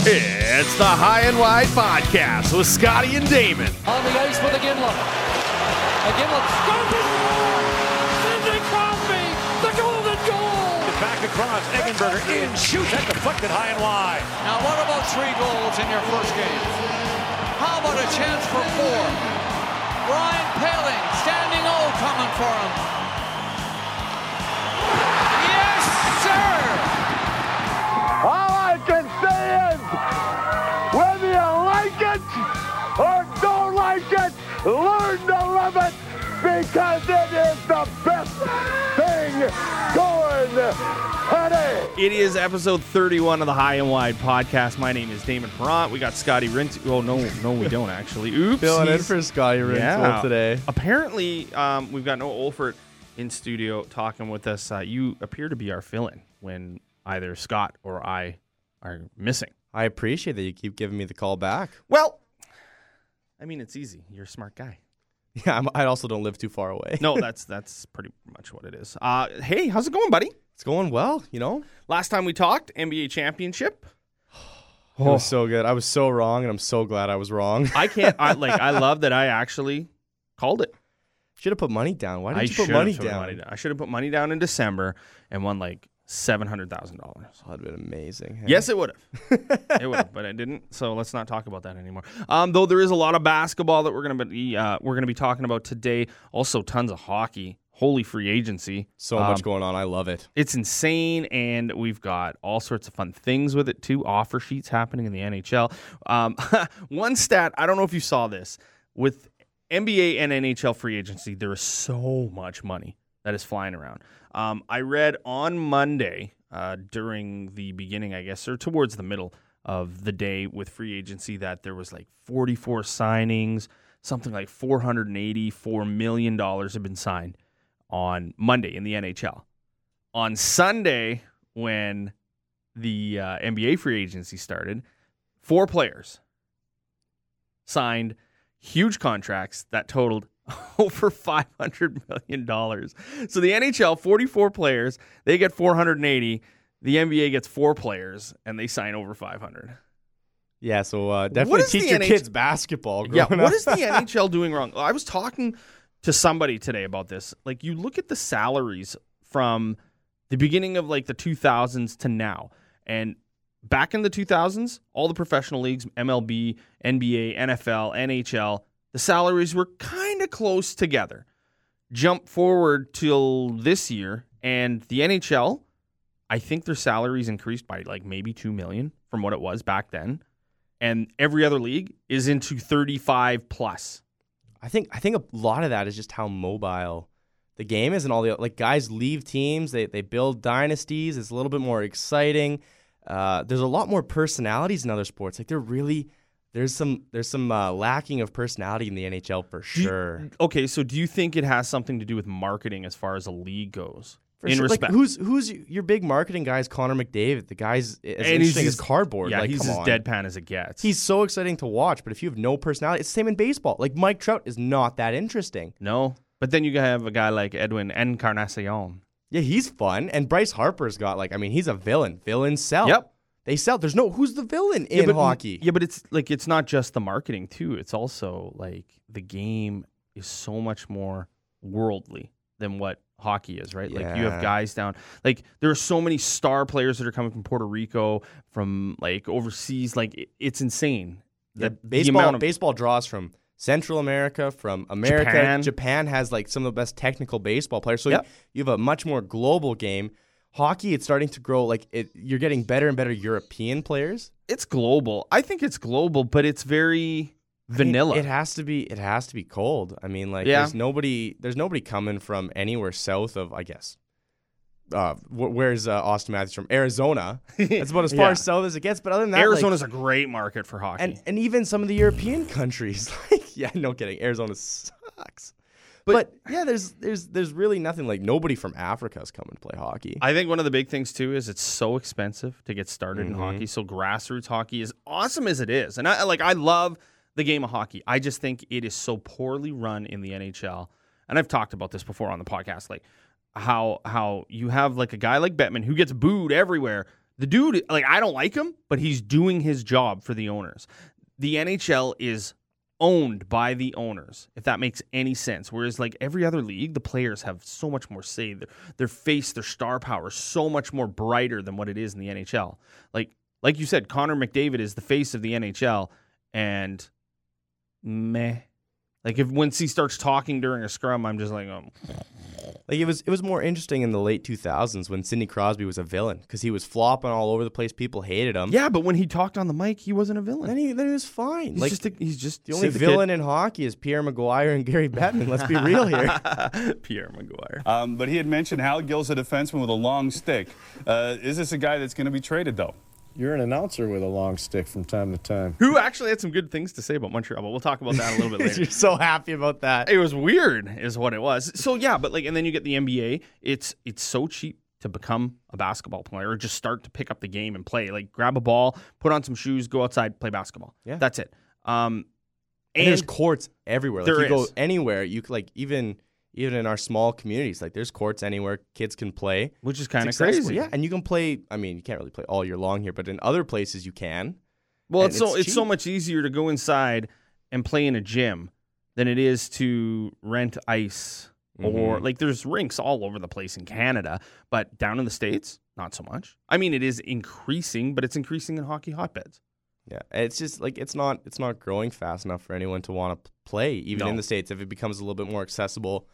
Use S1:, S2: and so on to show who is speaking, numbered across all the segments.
S1: It's the High and Wide Podcast with Scotty and Damon.
S2: On the ice with Aginla. Aginla. Scooping! Sidney Crosby! The golden goal!
S3: Back across, Eggenberger in, shoots, that deflected high and wide.
S2: Now, what about three goals in your first game? How about a chance for four? Ryan Paling, standing O coming for him. Yes, sir!
S4: All I can say is, whether you like it or don't like it, learn to love it because it is the best thing going today.
S1: It is episode 31 of the High and Wide Podcast. My name is Damon Perrant. We got Scotty Rinty. Oh, no, no, we don't actually. Oops.
S5: filling in
S1: he's-
S5: for Scotty Rintoul
S1: Yeah.
S5: today.
S1: Apparently, um, we've got no Olfert in studio talking with us. Uh, you appear to be our fill in when either Scott or I are missing.
S5: I appreciate that you keep giving me the call back.
S1: Well, I mean, it's easy. You're a smart guy.
S5: Yeah, I'm, I also don't live too far away.
S1: No, that's that's pretty much what it is. Uh, hey, how's it going, buddy?
S5: It's going well, you know.
S1: Last time we talked, NBA championship.
S5: It was so good. I was so wrong, and I'm so glad I was wrong.
S1: Oh. I can't. I like. I love that I actually called it.
S5: should have put money down. Why
S1: I
S5: didn't you put
S1: should've
S5: money
S1: put
S5: down?
S1: I should have put money down in December and won like seven hundred thousand dollars.
S5: Oh, that'd been amazing. hey?
S1: Yes, it would have. it would have, but I didn't. So let's not talk about that anymore. Um, though there is a lot of basketball that we're gonna be uh, we're gonna be talking about today. Also, tons of hockey. Holy free agency.
S5: So much going on. I love it.
S1: It's insane, and we've got all sorts of fun things with it too. Offer sheets happening in the NHL. Um, one stat I don't know if you saw this with NBA and NHL free agency. There is so much money that is flying around. Um, I read on Monday uh, during the beginning, I guess, or towards the middle of the day with free agency that there was like 44 signings, something like 484 million dollars have been signed on Monday in the NHL on Sunday when the uh, NBA free agency started, four players signed huge contracts that totaled over $500 million. So the NHL, 44 players, they get 480. The NBA gets four players and they sign over 500.
S5: Yeah. So uh, definitely
S1: is
S5: teach
S1: the
S5: your
S1: NH
S5: kids basketball.
S1: Yeah,
S5: growing
S1: what
S5: up.
S1: is the NHL doing wrong? I was talking to somebody today about this. Like you look at the salaries from the beginning of like the 2000s to now. And back in the 2000s, all the professional leagues, MLB, NBA, NFL, NHL, the salaries were kind of close together. Jump forward till this year and the NHL, I think their salaries increased by like maybe 2 million from what it was back then and every other league is into 35 plus.
S5: I think I think a lot of that is just how mobile the game is, and all the like guys leave teams, they they build dynasties. It's a little bit more exciting. Uh, there's a lot more personalities in other sports. Like there really there's some there's some uh, lacking of personality in the NHL for
S1: you-
S5: sure.
S1: Okay, so do you think it has something to do with marketing as far as a league goes?
S5: For
S1: in
S5: sure. Like,
S1: respect,
S5: who's who's your big marketing guy? Is Connor McDavid? The guy's as
S1: And
S5: interesting
S1: he's-
S5: as cardboard.
S1: yeah,
S5: like,
S1: he's
S5: come
S1: as
S5: on.
S1: deadpan as it gets.
S5: He's so exciting to watch, but if you have no personality, it's the same in baseball. Like Mike Trout is not that interesting.
S1: no, but then you have a guy like Edwin Encarnacion.
S5: Yeah, he's fun. And Bryce Harper's got like, I mean, he's a villain. Villains sell.
S1: Yep.
S5: They sell. There's no who's the villain
S1: Yeah,
S5: in
S1: but-
S5: hockey.
S1: Yeah, but it's like it's not just the marketing too. It's also like the game is so much more worldly than what hockey is, right? Like you have
S5: Yeah.
S1: guys down. Like there are so many star players that are coming from Puerto Rico, from like overseas. Like it, it's insane.
S5: Yeah,
S1: that the
S5: baseball
S1: amount of-
S5: baseball draws from Central America, from America.
S1: Japan.
S5: has like some of the best technical baseball players. So
S1: Yep.
S5: you, you have a much more global game. Hockey, it's starting to grow like it, you're getting better and better European players.
S1: it's global. I think it's global, but it's very
S5: I mean,
S1: vanilla.
S5: It has to be. It has to be cold. I mean, like
S1: Yeah.
S5: there's nobody. There's nobody coming from anywhere south of. I guess. Uh, wh- where's uh, Austin Matthews from? Arizona. That's about as far
S1: Yeah.
S5: south as it gets. But other than that, like-
S1: Arizona's a great market for hockey.
S5: and and even some of the European countries. Like, yeah, no kidding. Arizona sucks. But, yeah, there's there's there's really nothing like nobody from Africa is coming to play hockey.
S1: I think one of the big things too is it's so expensive to get started in hockey. So grassroots hockey is awesome as it is, and I like I love the game of hockey. I just think it is so poorly run in the NHL, and I've talked about this before on the podcast, like how how you have like a guy like Bettman who gets booed everywhere The dude, like, I don't like him, but he's doing his job for the owners. The NHL is owned by the owners, if that makes any sense. Whereas, like every other league, the players have so much more say. Their, their face, their star power, is so much more brighter than what it is in the NHL. Like, like you said, Connor McDavid is the face of the NHL, and meh. Like if once he starts talking during a scrum, I'm just like, um,
S5: Like it was it was more interesting in the late 2000s when Sidney Crosby was a villain because he was flopping all over the place. People hated him.
S1: yeah. But when he talked on the mic, he wasn't a villain.
S5: Then he then he was fine.
S1: he's
S5: like
S1: just, a, he's just
S5: the only
S1: save
S5: villain in hockey is Pierre Maguire and Gary Bettman. Let's be real here.
S1: kid. Pierre Maguire.
S6: Um, but he had mentioned Hal Gill's a defenseman with a long stick. Uh, is this a guy that's going to be traded, though?
S7: You're an announcer with a long stick from time to time.
S1: Who actually had some good things to say about Montreal, but we'll talk about that a little bit later.
S5: You're so happy about that.
S1: it was weird is what it was so yeah but like and then you get the nba it's it's so cheap to become a basketball player or just start to pick up the game and play like grab a ball put on some shoes go outside play basketball
S5: Yeah.
S1: that's it um
S5: And there's
S1: and
S5: courts everywhere. Like
S1: There
S5: you go
S1: is.
S5: anywhere. You c- like even even in our small communities, like there's courts anywhere kids can play.
S1: which is kind of crazy
S5: successfully. Yeah, and you can play. I mean, you can't really play all year long here, but in other places you can.
S1: well
S5: and
S1: it's so
S5: it's
S1: it's so
S5: cheap.
S1: much easier to go inside and play in a gym than it is to rent ice
S5: Mm-hmm.
S1: or like there's rinks all over the place in Canada, but down in the states, not so much. I mean, it is increasing, but it's increasing in hockey hotbeds.
S5: Yeah, it's just like it's not it's not growing fast enough for anyone to want to play, even
S1: No.
S5: in the states. If it becomes a little bit more accessible,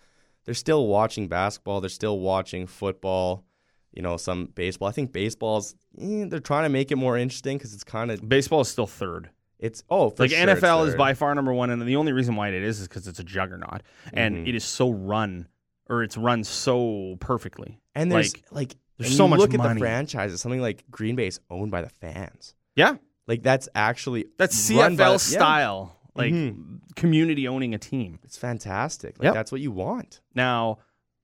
S5: they're still watching basketball. They're still watching football. You know, some baseball. I think baseball's eh, they're trying to make it more interesting because it's kind of
S1: Baseball is still third.
S5: it's oh for
S1: like
S5: sure it's
S1: NFL is
S5: third.
S1: by far number one, and the only reason why it is is because it's a juggernaut,
S5: Mm-hmm.
S1: and it is so run, or it's run so perfectly.
S5: and there's
S1: like,
S5: like,
S1: there's
S5: and
S1: so
S5: you
S1: much
S5: look at
S1: money.
S5: the franchises. Something like Green Bay is owned by the fans.
S1: yeah,
S5: Like that's actually
S1: that's
S5: run by the-
S1: CFL
S5: Yeah. Mm-hmm.
S1: style, like community owning a team.
S5: It's fantastic. Like
S1: Yep.
S5: that's what you want.
S1: Now,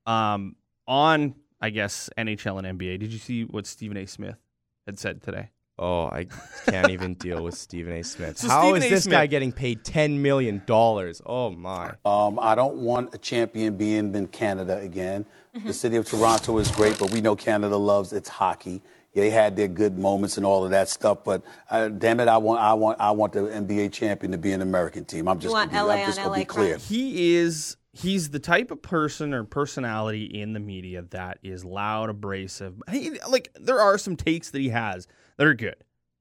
S1: um, on I guess NHL and NBA, did you see what Stephen A. Smith had said today?
S5: Oh, I can't even deal with Stephen A. Smith.
S1: So
S5: How
S1: Stephen
S5: is
S1: A.
S5: this
S1: Smith- Uh,
S5: guy getting paid ten million dollars? Oh my!
S8: Um, I don't want a champion being in Canada again.
S9: Mm-hmm.
S8: The city of Toronto is great, but we know Canada loves its hockey. They had their good moments and all of that stuff, but uh, damn it, I want, I want, I want the NBA champion to be an American team. I'm just,
S9: want
S8: gonna be,
S9: LA
S8: I'm just
S9: on
S8: gonna
S9: LA
S8: be clear.
S9: crime.
S1: He is. He's the type of person or personality in the media that is loud, abrasive. He, like there are some takes that he has that are good,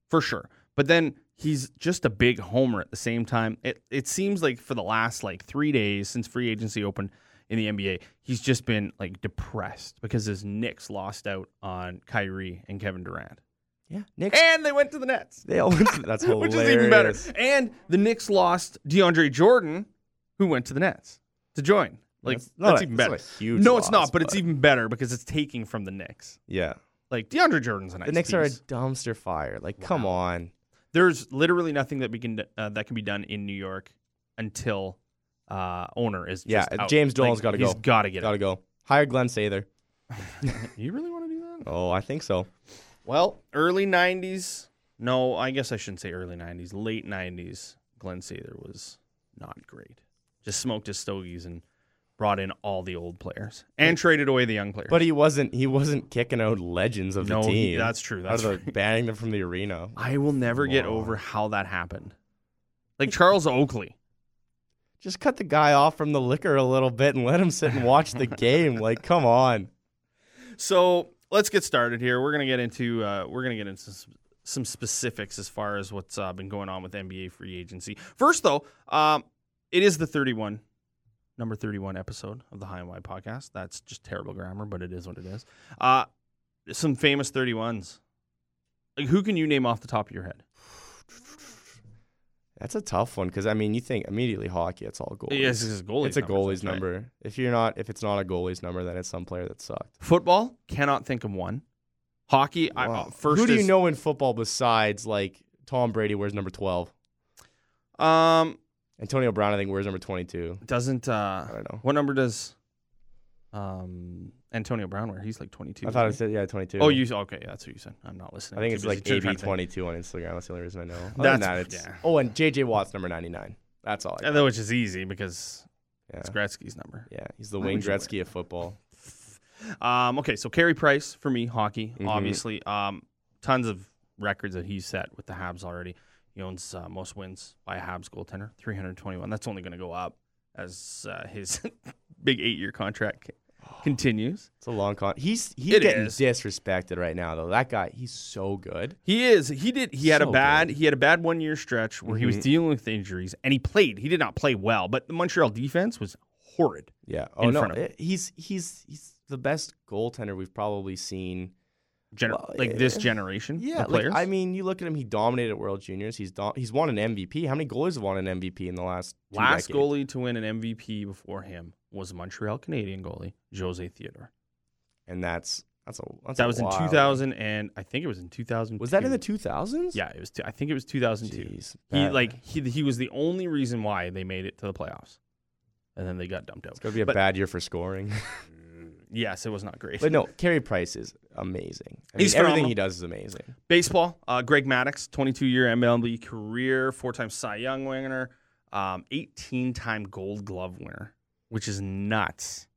S1: for sure. But then he's just a big homer at the same time. It it seems like for the last like three days since free agency opened in the NBA, he's just been like depressed because his Knicks lost out on Kyrie and Kevin Durant,
S5: Yeah, Nick.
S1: and they went to the Nets.
S5: They always, that's hilarious.
S1: Which is even better. And the Knicks lost DeAndre Jordan, who went to the Nets to join. Like that's,
S5: That's not a-
S1: even
S5: that's
S1: better.
S5: not a huge
S1: no, it's
S5: loss,
S1: not. But, it's
S5: but-
S1: even better because it's taking from the Knicks.
S5: Yeah,
S1: Like DeAndre Jordan's a nice.
S5: the Knicks are a
S1: piece.
S5: dumpster fire. Like, come on.
S1: There's literally nothing that we can uh, that can be done in New York until uh, owner is.
S5: Yeah,
S1: just out.
S5: James Dolan's
S1: like,
S5: got to go.
S1: He's got to get.
S5: Got
S1: Gotta
S5: to go. Hire Glenn Sather.
S1: You really want to do that?
S5: Oh, I think so.
S1: Well, early '90s. No, I guess I shouldn't say early '90s. Late '90s. Glenn Sather was not great. Just smoked his stogies and brought in all the old players and traded away the young players.
S5: But he wasn't. He wasn't kicking out legends of
S1: No,
S5: the
S1: he-
S5: team.
S1: that's true,
S5: Out of
S1: that's
S5: the- banning them from the arena.
S1: I will never get
S5: Wow.
S1: over how that happened. Like Charles Oakley.
S5: Just cut the guy off from the liquor a little bit and let him sit and watch the game. Like, come on.
S1: So let's get started here. We're gonna get into uh, we're gonna get into some, some specifics as far as what's uh, been going on with NBA free agency. First, though, um, it is the thirty-one number thirty-one episode of the High and Wide podcast. That's just terrible grammar, but it is what it is. Uh, some famous thirty-ones. Like, who can you name off the top of your head?
S5: That's a tough one because I mean, you think immediately hockey. It's all goalies.
S1: Yes, it's a goalie's
S5: It's a
S1: number,
S5: goalie's
S1: that's right.
S5: number. If you're not, if it's not a goalie's number, then it's some player that sucked.
S1: Football cannot think of one. Hockey, I, uh,
S5: Wow.
S1: first.
S5: Who do you
S1: is-
S5: know in football besides like Tom Brady wears number twelve?
S1: Um,
S5: Antonio Brown, I think, wears number twenty-two.
S1: doesn't uh
S5: I don't know.
S1: what number does um Antonio Brown wear? He's like 22.
S5: I thought I
S1: isn't
S5: said yeah, twenty-two.
S1: he? Oh, you okay, that's what you said. I'm not listening.
S5: I think
S1: Too
S5: it's
S1: busy
S5: like
S1: trying to
S5: AB
S1: think.
S5: twenty-two on Instagram. That's the only reason I know. Other than
S1: That's-
S5: that, it's-
S1: yeah.
S5: Oh, and JJ Watt's number ninety-nine. That's all. I
S1: And
S5: got.
S1: that- Which is easy because
S5: Yeah.
S1: it's Gretzky's number.
S5: yeah, he's the
S1: Why
S5: Wayne
S1: would you wear
S5: Gretzky of football. Mm-hmm.
S1: Um okay, so Carey Price for me hockey, obviously. Um tons of records that he's set with the Habs already. He owns uh, most wins by a Habs goaltender, 321. That's only going to go up as uh, his big eight year contract c- continues.
S5: It's a long con. He's he's
S1: It
S5: getting
S1: is.
S5: disrespected right now though. That guy, he's so good.
S1: He is. He did. He had a
S5: So Mm-hmm.
S1: bad. He had a bad one year stretch where he was dealing with injuries, and he played. He did not play well, but the Montreal defense was horrid.
S5: Yeah. Oh
S1: In
S5: no,
S1: front of
S5: eh, he's he's he's the best goaltender we've probably seen.
S1: Gener-
S5: Well,
S1: like this generation,
S5: Yeah,
S1: the players.
S5: like, I mean, you look at him. He dominated at World Juniors. He's dom- he's won an MVP. How many goalies have won an MVP in the last two
S1: last
S5: decades?
S1: goalie to win an MVP before him was Montreal Canadian goalie Jose Theodore.
S5: And that's that's a that's
S1: That
S5: a
S1: was in
S5: while.
S1: 2000, and I think it was in 2000.
S5: Was that in the two thousands?
S1: Yeah, it was. Two, I think it was 2002.
S5: Jeez,
S1: he
S5: that-
S1: like he he was the only reason why they made it to the playoffs, and then they got dumped out.
S5: It's gonna be a
S1: But
S5: bad year for scoring.
S1: yes, it was not great.
S5: but no, Carey Price is amazing. I mean,
S1: He's
S5: everything
S1: phenomenal.
S5: he does is amazing.
S1: Baseball, uh, Greg Maddox, 22 year MLB career, four time Cy Young winner, um, 18 time Gold Glove winner, which is nuts.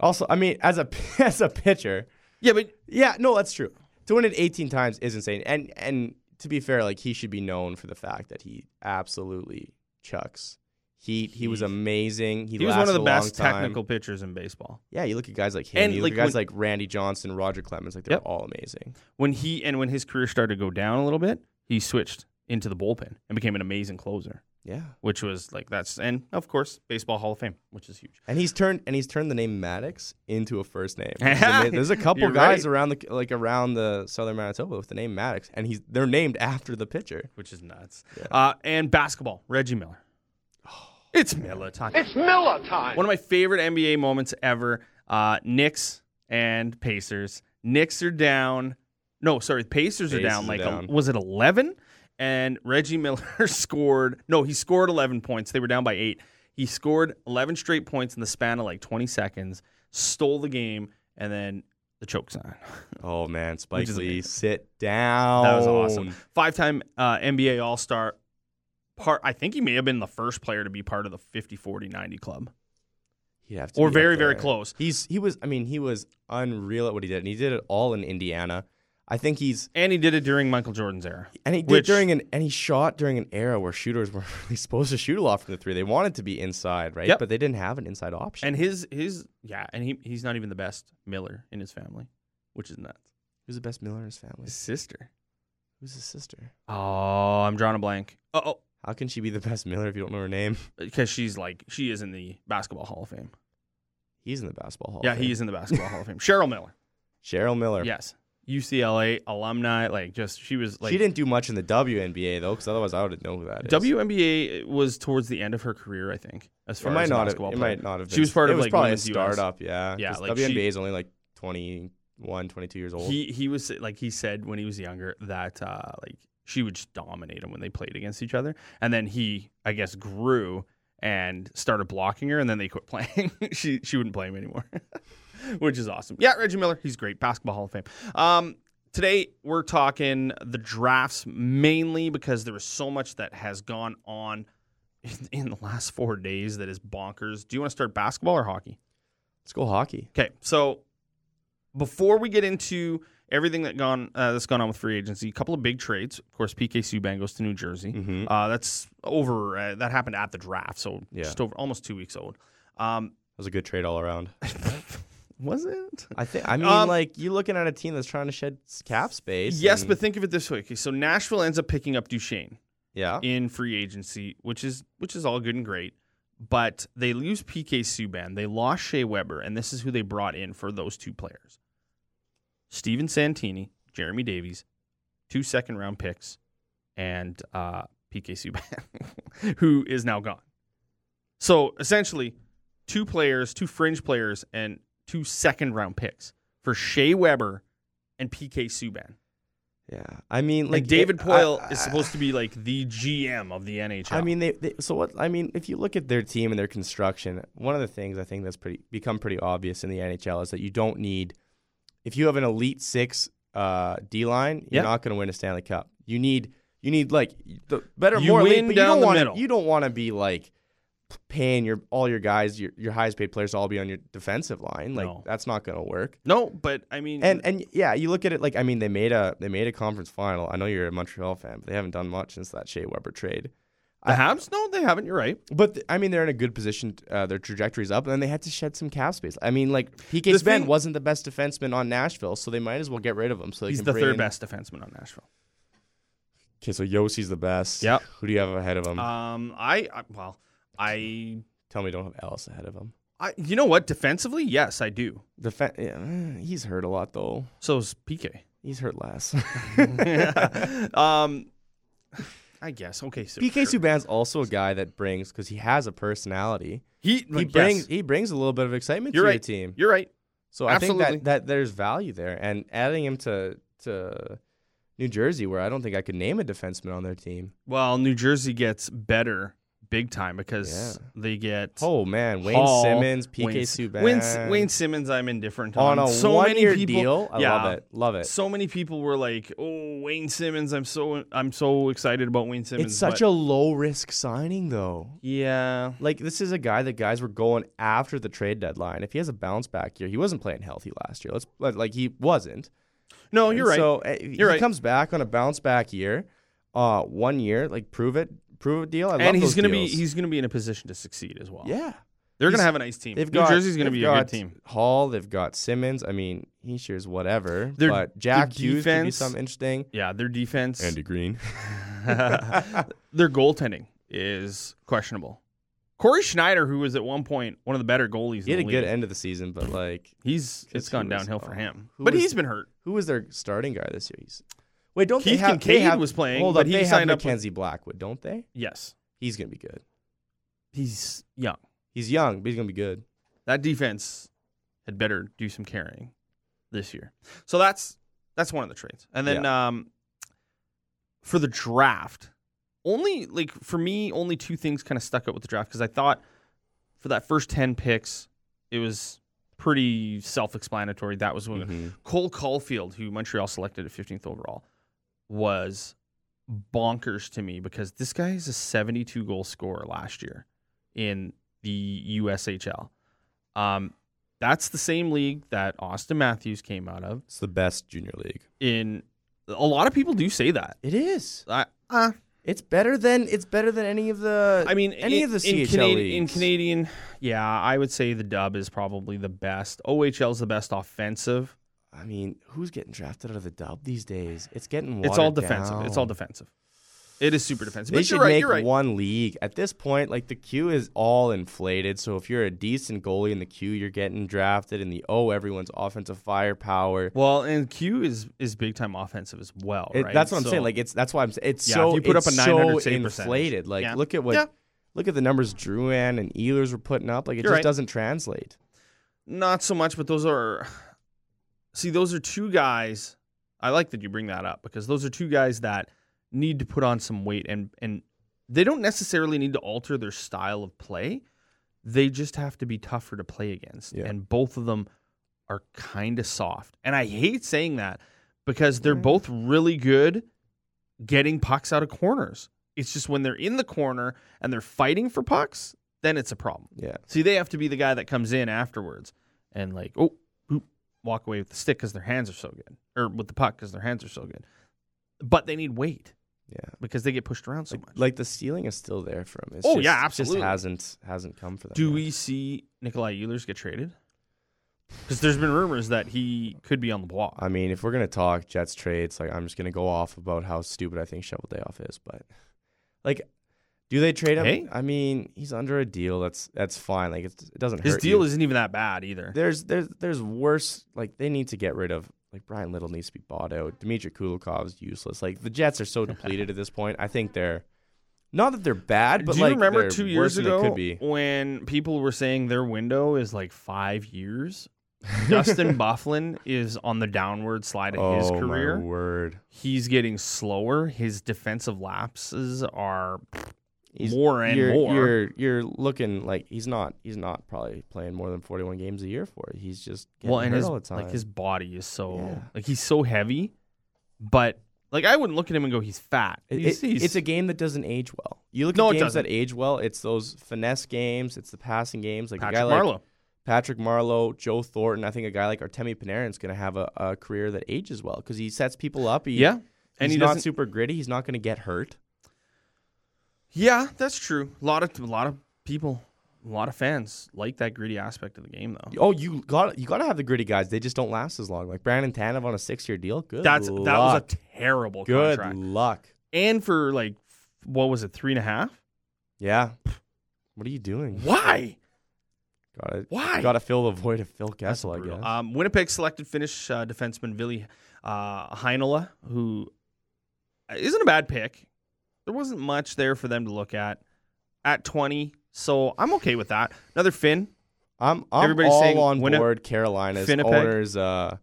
S5: Also, I mean, as a as a pitcher,
S1: Yeah, but
S5: yeah, no, that's true. To win it 18 times is insane. And and to be fair, like he should be known for the fact that he absolutely chucks. He he was amazing. He,
S1: he was one of
S5: lasted
S1: the
S5: a long
S1: best
S5: time.
S1: technical pitchers in baseball.
S5: Yeah, you look at guys like him.
S1: And,
S5: you
S1: like,
S5: look at guys
S1: when-
S5: like Randy Johnson, Roger Clemens. Like they're
S1: Yep.
S5: all amazing.
S1: When he and when his career started to go down a little bit, he switched into the bullpen and became an amazing closer,
S5: Yeah.
S1: which was like that's and of course baseball Hall of Fame, which is huge.
S5: And he's turned and he's turned the name Maddox into a first name. Which is ama- There's a couple
S1: You're
S5: guys
S1: right.
S5: around the like around the southern Manitoba with the name Maddox, and he's they're named after the pitcher.
S1: which is nuts. Uh, and basketball, Reggie Miller. It's Miller time. It's Miller time. One of my favorite NBA moments ever. Uh, Knicks and Pacers. Knicks are down. No, sorry, Pacers, are down.
S5: Pacers are
S1: Like,
S5: down.
S1: A, was it eleven? And Reggie Miller scored. No, he scored eleven points. They were down by eight. He scored eleven straight points in the span of like twenty seconds. Stole the game, and then the choke sign.
S5: Oh man, Spike
S1: is
S5: Lee,
S1: amazing.
S5: sit down.
S1: That was awesome.
S5: Oh.
S1: Five time uh, NBA All Star. Part I think he may have been the first player to be part of the 50 40 90 club.
S5: He'd have to
S1: Or
S5: be up
S1: very, very
S5: there.
S1: close.
S5: He's he was I mean, he was unreal at what he did, and he did it all in Indiana. I think he's
S1: And he did it during Michael Jordan's era.
S5: and he did
S1: Which-
S5: during an and he shot during an era where shooters weren't really supposed to shoot a lot from the three. They wanted to be inside, right?
S1: Yep.
S5: But they didn't have an inside option.
S1: And his his yeah, and he he's not even the best Miller in his family, which is nuts.
S5: Who's the best Miller in his family?
S1: His sister.
S5: Who's his sister?
S1: Oh, I'm drawing a blank. Oh, oh,
S5: How can she be the best Miller if you don't know her name?
S1: because she's like she is in the basketball Hall of Fame.
S5: He's in the basketball hall. of
S1: yeah,
S5: Fame.
S1: he is in the basketball Hall of Fame. Cheryl Miller.
S5: Cheryl Miller.
S1: Yes. UCLA alumni, like just she was like
S5: she didn't do much in the WNBA though, because otherwise I would know who that is.
S1: WNBA was towards the end of her career, I think. As
S5: It
S1: far
S5: might
S1: as
S5: not. Have,
S1: basketball
S5: it
S1: player.
S5: might not have. Been,
S1: She was part
S5: it
S1: of
S5: was
S1: like
S5: probably a
S1: women's US.
S5: startup. Yeah.
S1: Yeah,
S5: 'cause
S1: like, she-
S5: WNBA is only like 21, 22 years old.
S1: He he was like he said when he was younger that uh, like she would just dominate him when they played against each other, and then he I guess grew and started blocking her, and then they quit playing. she she wouldn't play him anymore, which is awesome. Yeah, Reggie Miller, he's great basketball Hall of Fame. Um, today we're talking the drafts mainly because there is so much that has gone on. in- In the last four days, that is bonkers. Do you want to start basketball or hockey?
S5: Let's go hockey.
S1: Okay, so before we get into everything that gone uh, that's gone on with free agency, a couple of big trades. Of course, PK Subban goes to New Jersey. Uh, that's over. Uh, that happened at the draft, so
S5: Yeah.
S1: just over almost two weeks old. Um,
S5: That was a good trade all around.
S1: was it?
S5: I think. I mean,
S1: Um,
S5: like you're looking at a team that's trying to shed s- cap space.
S1: Yes,
S5: and-
S1: but think of it this way. Okay, so Nashville ends up picking up Duchesne
S5: yeah,
S1: in free agency, which is which is all good and great. But they lose PK Subban, they lost Shea Weber, and this is who they brought in for those two players: Steven Santini, Jeremy Davies, two second round picks, and uh, PK Subban, who is now gone. So essentially, two players, two fringe players, and two second round picks for Shea Weber and PK Subban.
S5: yeah. I mean,
S1: Like
S5: like it-
S1: David Poyle
S5: I-
S1: is supposed to be like the GM of the NHL.
S5: I mean, they, they. So what? I mean, if you look at their team and their construction, one of the things I think that's pretty become pretty obvious in the NHL is that you don't need, if you have an elite six uh, D line,
S1: Yeah.
S5: you're not going to win a Stanley Cup. You need you need like the better
S1: You
S5: more elite,
S1: win
S5: but
S1: down
S5: you don't
S1: the
S5: wanna-
S1: middle.
S5: You don't want to be like paying your all your guys, your, your highest paid players to all be on your defensive line. Like
S1: No.
S5: that's not gonna work.
S1: No, but I mean,
S5: And and yeah, you look at it like I mean they made a they made a conference final. I know you're a Montreal fan, but they haven't done much since that Shea Weber trade.
S1: the Habs? No, they haven't. You're right.
S5: But th- I mean they're in a good position. Uh, their trajectory's up, and then they had to shed some cap space. I mean like PK
S1: The
S5: Sven
S1: thing-
S5: wasn't the best defenseman on Nashville, so they might as well get rid of him. So they
S1: He's
S5: can
S1: the
S5: bring
S1: third
S5: in-
S1: best defenseman on Nashville.
S5: Okay, so Yossi's the best.
S1: Yep.
S5: Who do you have ahead of him?
S1: Um, I, I well, I,
S5: Tell me, you don't have Ellis ahead of him.
S1: I, you know what? Defensively, yes, I do.
S5: The fa- yeah, eh, he's hurt a lot though.
S1: So is PK.
S5: He's hurt less.
S1: Um, I guess. Okay, so
S5: PK
S1: sure.
S5: Subban's also a guy that brings because he has a personality.
S1: He,
S5: He brings he brings a little bit of excitement
S1: You're
S5: to
S1: right.
S5: the team.
S1: You're right.
S5: so I
S1: absolutely.
S5: think that, that there's value there, and adding him to to New Jersey, where I don't think I could name a defenseman on their team.
S1: Well, New Jersey gets better big time because
S5: Yeah.
S1: they get
S5: Oh man, Wayne
S1: Hall,
S5: Simmons, PK
S1: Wayne,
S5: Subban,
S1: Wayne, S- Wayne Simmons, I'm indifferent
S5: on
S1: on.
S5: a
S1: so many
S5: one-year
S1: people,
S5: deal. I
S1: yeah,
S5: love it, love it.
S1: So many people were like, "Oh, Wayne Simmons, I'm so I'm so excited about Wayne Simmons."
S5: It's such
S1: but-
S5: a low risk signing though.
S1: yeah.
S5: Like this is a guy that guys were going after the trade deadline. If he has a bounce back year, he wasn't playing healthy last year. Let's like like, he wasn't.
S1: No, Oh, you're
S5: And
S1: right.
S5: So uh, he
S1: You're right.
S5: comes back on a bounce back year, uh, one year, like prove it, prove it deal. I love
S1: and he's
S5: those
S1: gonna be
S5: deals.
S1: he's gonna be in a position to succeed as well.
S5: yeah.
S1: they're
S5: he's-
S1: gonna have a nice team.
S5: They've
S1: New
S5: got
S1: Jersey's gonna
S5: they've
S1: be a
S5: got
S1: good team.
S5: Hall, they've got Simmons. I mean, he shares whatever.
S1: Their-
S5: but Jack
S1: their
S5: Hughes could be
S1: defense-
S5: something interesting.
S1: Yeah, their defense,
S5: Green.
S1: their goaltending is questionable. Corey Schneider, who was at one point one of the better goalies,
S5: He
S1: in
S5: had a
S1: the
S5: good
S1: league,
S5: end of the season, but like,
S1: He's
S5: Because
S1: it's
S5: he
S1: gone
S5: was-
S1: downhill for
S5: oh,
S1: him,
S5: who
S1: but
S5: was-
S1: he's been hurt.
S5: who was their starting guy this year? He's, wait, don't they
S1: Keith
S5: have? they
S1: Kincaid
S5: have,
S1: was playing,
S5: Hold
S1: but
S5: up,
S1: he
S5: they have
S1: signed up with-
S5: Mackenzie Blackwood, don't they?
S1: Yes,
S5: He's gonna be good.
S1: he's young.
S5: He's young, but he's gonna be good.
S1: That defense had better do some carrying this year. So that's that's one of the trades. And then um, for the draft, only like for me, only two things kind of stuck out with the draft because I thought for that first ten picks, it was pretty self-explanatory. That was when Cole Caulfield, who Montreal selected at 15th overall, was bonkers to me because this guy is a 72 goal scorer last year in the USHL. Um, that's the same league that Austin Matthews came out of.
S5: It's the best junior league.
S1: In a lot of people do say that.
S5: It is.
S1: I, uh,
S5: It's better than it's better than any of the.
S1: I mean,
S5: any
S1: in,
S5: of the
S1: in
S5: CHL
S1: Canadi- in
S5: leagues.
S1: Canadian, yeah, I would say the Dub is probably the best. OHL is the best offensive.
S5: I mean, who's getting drafted out of the dub these days? It's getting.
S1: It's all
S5: watered
S1: defensive. It's all
S5: down.
S1: defensive. It is super defensive.
S5: They
S1: but
S5: should
S1: you're right.
S5: make
S1: you're right.
S5: one league at this point. Like the Q is all inflated. So if you're a decent goalie in the Q, you're getting drafted. In the O, everyone's offensive firepower.
S1: Well, and Q is is big time offensive as well,
S5: It-
S1: right?
S5: That's what I'm
S1: So-
S5: saying. Like it's that's why I'm saying it's
S1: Yeah,
S5: so
S1: if you put up a
S5: it's
S1: 900
S5: so
S1: save percentage.
S5: inflated. Like
S1: Yeah.
S5: look at what
S1: Yeah.
S5: look at the numbers Druan and Ehlers were putting up. Like it
S1: You're
S5: just
S1: right.
S5: doesn't translate.
S1: not so much, but those are see, those are two guys. I like that you bring that up because those are two guys that need to put on some weight and and they don't necessarily need to alter their style of play. They just have to be tougher to play against.
S5: Yeah.
S1: And both of them are kind of soft. And I hate saying that because they're both really good getting pucks out of corners. It's just when they're in the corner and they're fighting for pucks, then it's a problem.
S5: Yeah.
S1: See, they have to be the guy that comes in afterwards and like, oh, boop, walk away with the stick because their hands are so good, or with the puck because their hands are so good. But they need weight
S5: Yeah.
S1: because they get pushed around so much.
S5: Like the ceiling is still there for him. It's
S1: Oh,
S5: just,
S1: yeah,
S5: it's
S1: absolutely.
S5: Just hasn't hasn't come for them.
S1: Do
S5: yet.
S1: we see Nikolai Ehlers get traded? Because there's been rumors that he could be on the block.
S5: I mean, if we're gonna talk Jets trades, like I'm just gonna go off about how stupid I think Shovel Dayoff is, but like, do they trade him?
S1: Hey.
S5: I mean, he's under a deal. That's that's fine. Like it's, it doesn't
S1: His
S5: hurt.
S1: deal
S5: you.
S1: isn't even that bad either.
S5: there's there's there's worse. Like they need to get rid of. Like Brian Little needs to be bought out. Dmitry Kulikov's useless. Like the Jets are so depleted at this point. I think they're not that they're bad, but
S1: Do you
S5: like
S1: remember
S5: they're
S1: two years
S5: worse than
S1: ago
S5: They could be.
S1: when people were saying their window is like five years? Dustin Bufflin is on the downward slide of his
S5: oh
S1: career.
S5: my word!
S1: He's getting slower. His defensive lapses are
S5: He's-
S1: more and
S5: you're,
S1: more.
S5: You're you're looking like he's not he's not probably playing more than 41 games a year for it. He's just getting
S1: well, and
S5: hurt
S1: his
S5: all the time.
S1: like his body is so
S5: Yeah.
S1: like he's so heavy, but Like I wouldn't look at him and go, he's fat.
S5: It-
S1: He's-
S5: it-
S1: he's-
S5: it's a game that doesn't age well. You look
S1: No, it
S5: at games
S1: doesn't.
S5: that age well. It's those finesse games. It's the passing games. Like a
S1: Patrick
S5: guy like
S1: Marleau.
S5: Patrick Marlowe, Joe Thornton. I think a guy like Artemi Panarin's going to have a, a career that ages well because he sets people up. He,
S1: Yeah. And
S5: and
S1: he
S5: he's not
S1: doesn't-
S5: super gritty. He's not going to get hurt.
S1: yeah, that's true. A lot of a lot of people, a lot of fans like that gritty aspect of the game though.
S5: Oh, you got you got to have the gritty guys. They just don't last as long. Like Brandon Tanev on a six year deal. Good.
S1: That's
S5: luck.
S1: that was a terrible
S5: good
S1: contract.
S5: luck.
S1: And for like what was it, three and a half?
S5: Yeah. What are you doing?
S1: Why?
S5: Got to
S1: Why?
S5: Got to fill the void of Phil Kessel. I
S1: Brutal.
S5: guess.
S1: Um, Winnipeg selected Finnish uh, defenseman Vili uh, Heinola, who uh, isn't a bad pick. There wasn't much there for them to look at at 20, so I'm okay with that. Another Finn.
S5: I'm, I'm
S1: Everybody's
S5: all
S1: saying
S5: on
S1: Winni-
S5: board Carolina's
S1: Winnipeg?
S5: owners. Uh,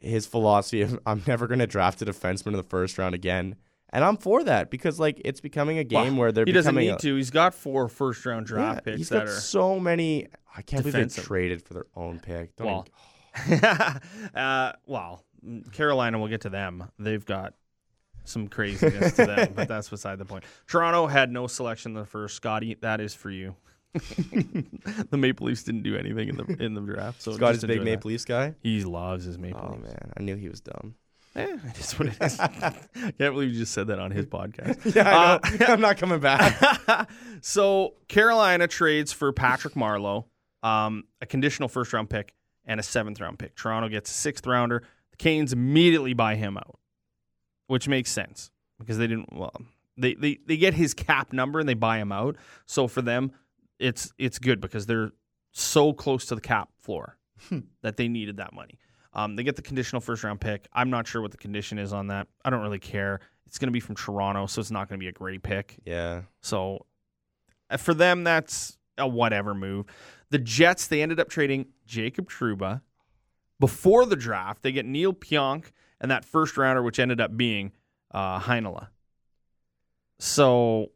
S5: his philosophy of I'm never going to draft a defenseman in the first round again, and I'm for that because like it's becoming a game where they're
S1: he doesn't
S5: becoming
S1: need
S5: a,
S1: to. He's got four first round
S5: Yeah,
S1: draft picks
S5: he's
S1: that
S5: got
S1: are.
S5: so many. I can't believe they
S1: Defensive.
S5: traded for their own pick. Don't
S1: Well,
S5: even-
S1: uh, well, Carolina, we'll get to them. They've got some craziness to them, but that's beside the point. Toronto had no selection in the first. Scotty, that is for you. the Maple Leafs didn't do anything in the in the draft. So
S5: Scott
S1: just
S5: is a big
S1: enjoy that.
S5: Maple Leafs guy.
S1: He loves his Maple
S5: Oh
S1: Leafs.
S5: man, I knew he was dumb.
S1: Eh, it is what it is. I can't believe you just said that on his podcast.
S5: Yeah, I
S1: Uh,
S5: know. I'm not coming back.
S1: so Carolina trades for Patrick Marlowe, um, a conditional first round pick and a seventh round pick. Toronto gets a sixth rounder. The Canes immediately buy him out, which makes sense because they didn't. Well, they they, they get his cap number and they buy him out. So for them, it's it's good because they're so close to the cap floor that they needed that money. Um, they get the conditional first round pick. I'm not sure what the condition is on that. I don't really care. It's going to be from Toronto, so it's not going to be a great pick.
S5: yeah,
S1: So uh, for them, that's a whatever move. The Jets, they ended up trading Jacob Truba before the draft. They get Neil Pionk and that first rounder, which ended up being uh, Heinola. So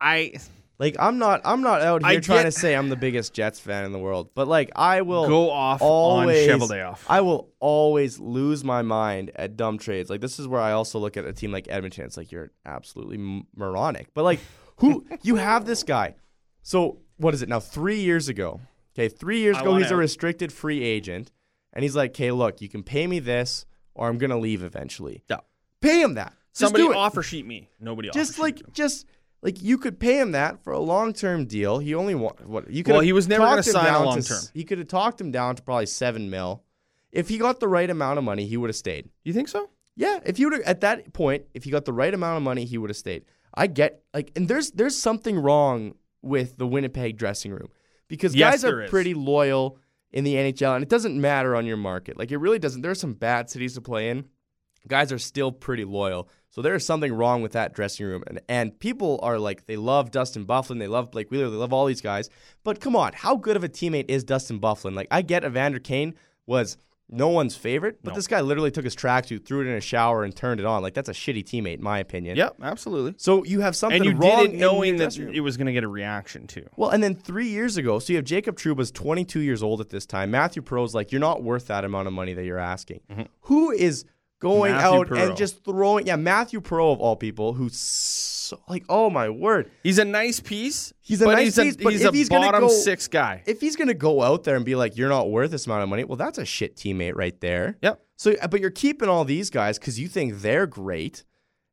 S1: I
S5: like I'm not. I'm not out
S1: I
S5: here trying
S1: get-
S5: to say I'm the biggest Jets fan in the world, but like I will
S1: go off
S5: always,
S1: on Cheveldayoff.
S5: I will always lose my mind at dumb trades. Like this is where I also look at a team like Edmonton. It's like you're absolutely m- moronic. But like who you have this guy. So what is it now? Three years ago. Okay, three years
S1: I
S5: ago
S1: want
S5: he's a
S1: out.
S5: restricted free agent, and he's like, "Okay, look, you can pay me this, or I'm gonna leave eventually."
S1: No.
S5: Pay him that. Just
S1: Somebody
S5: do it
S1: offer sheet me. Nobody offer
S5: just
S1: sheet
S5: like
S1: me.
S5: just like you could pay him that for a long term deal. He only wa- what you could.
S1: Well,
S5: have
S1: he was never gonna
S5: talked him
S1: sign a
S5: down to
S1: long
S5: s-
S1: term.
S5: He could have talked him down to probably seven mil. If he got the right amount of money, he would have stayed.
S1: you think so?
S5: Yeah, if you would have at that point, if he got the right amount of money, he would have stayed. I get like, and there's there's something wrong with the Winnipeg dressing room because
S1: Yes,
S5: guys
S1: there
S5: are
S1: is.
S5: pretty loyal in the NHL, and it doesn't matter on your market. Like it really doesn't. There are some bad cities to play in. Guys are still pretty loyal, so there is something wrong with that dressing room. And and people are like, they love Dustin Bufflin, they love Blake Wheeler, they love all these guys. But come on, how good of a teammate is Dustin Bufflin? Like I get Evander Kane was no one's favorite, but this guy literally took his tracksuit, threw it in a shower, and turned it on. Like that's a shitty teammate, in my opinion.
S1: Yep, absolutely.
S5: So you have something
S1: And you
S5: wrong
S1: did it
S5: in your
S1: knowing that
S5: dressing room.
S1: it was going to get a reaction too.
S5: Well, and then three years ago, so you have Jacob Truba's 22 years old at this time. Matthew Perot's like, you're not worth that amount of money that you're asking. Who is going
S1: Mm-hmm. Matthew
S5: out
S1: Perot.
S5: and just throwing? Yeah, Matthew Perot of all people, who's so, like, oh my word,
S1: He's a nice piece.
S5: He's a
S1: but he's
S5: nice piece,
S1: A,
S5: but
S1: he's
S5: if
S1: a
S5: he's gonna
S1: bottom
S5: go-
S1: six guy.
S5: if he's gonna go out there and be like, you're not worth this amount of money, well, that's a shit teammate right there.
S1: Yep.
S5: So, uh, but you're keeping all these guys because you think they're great,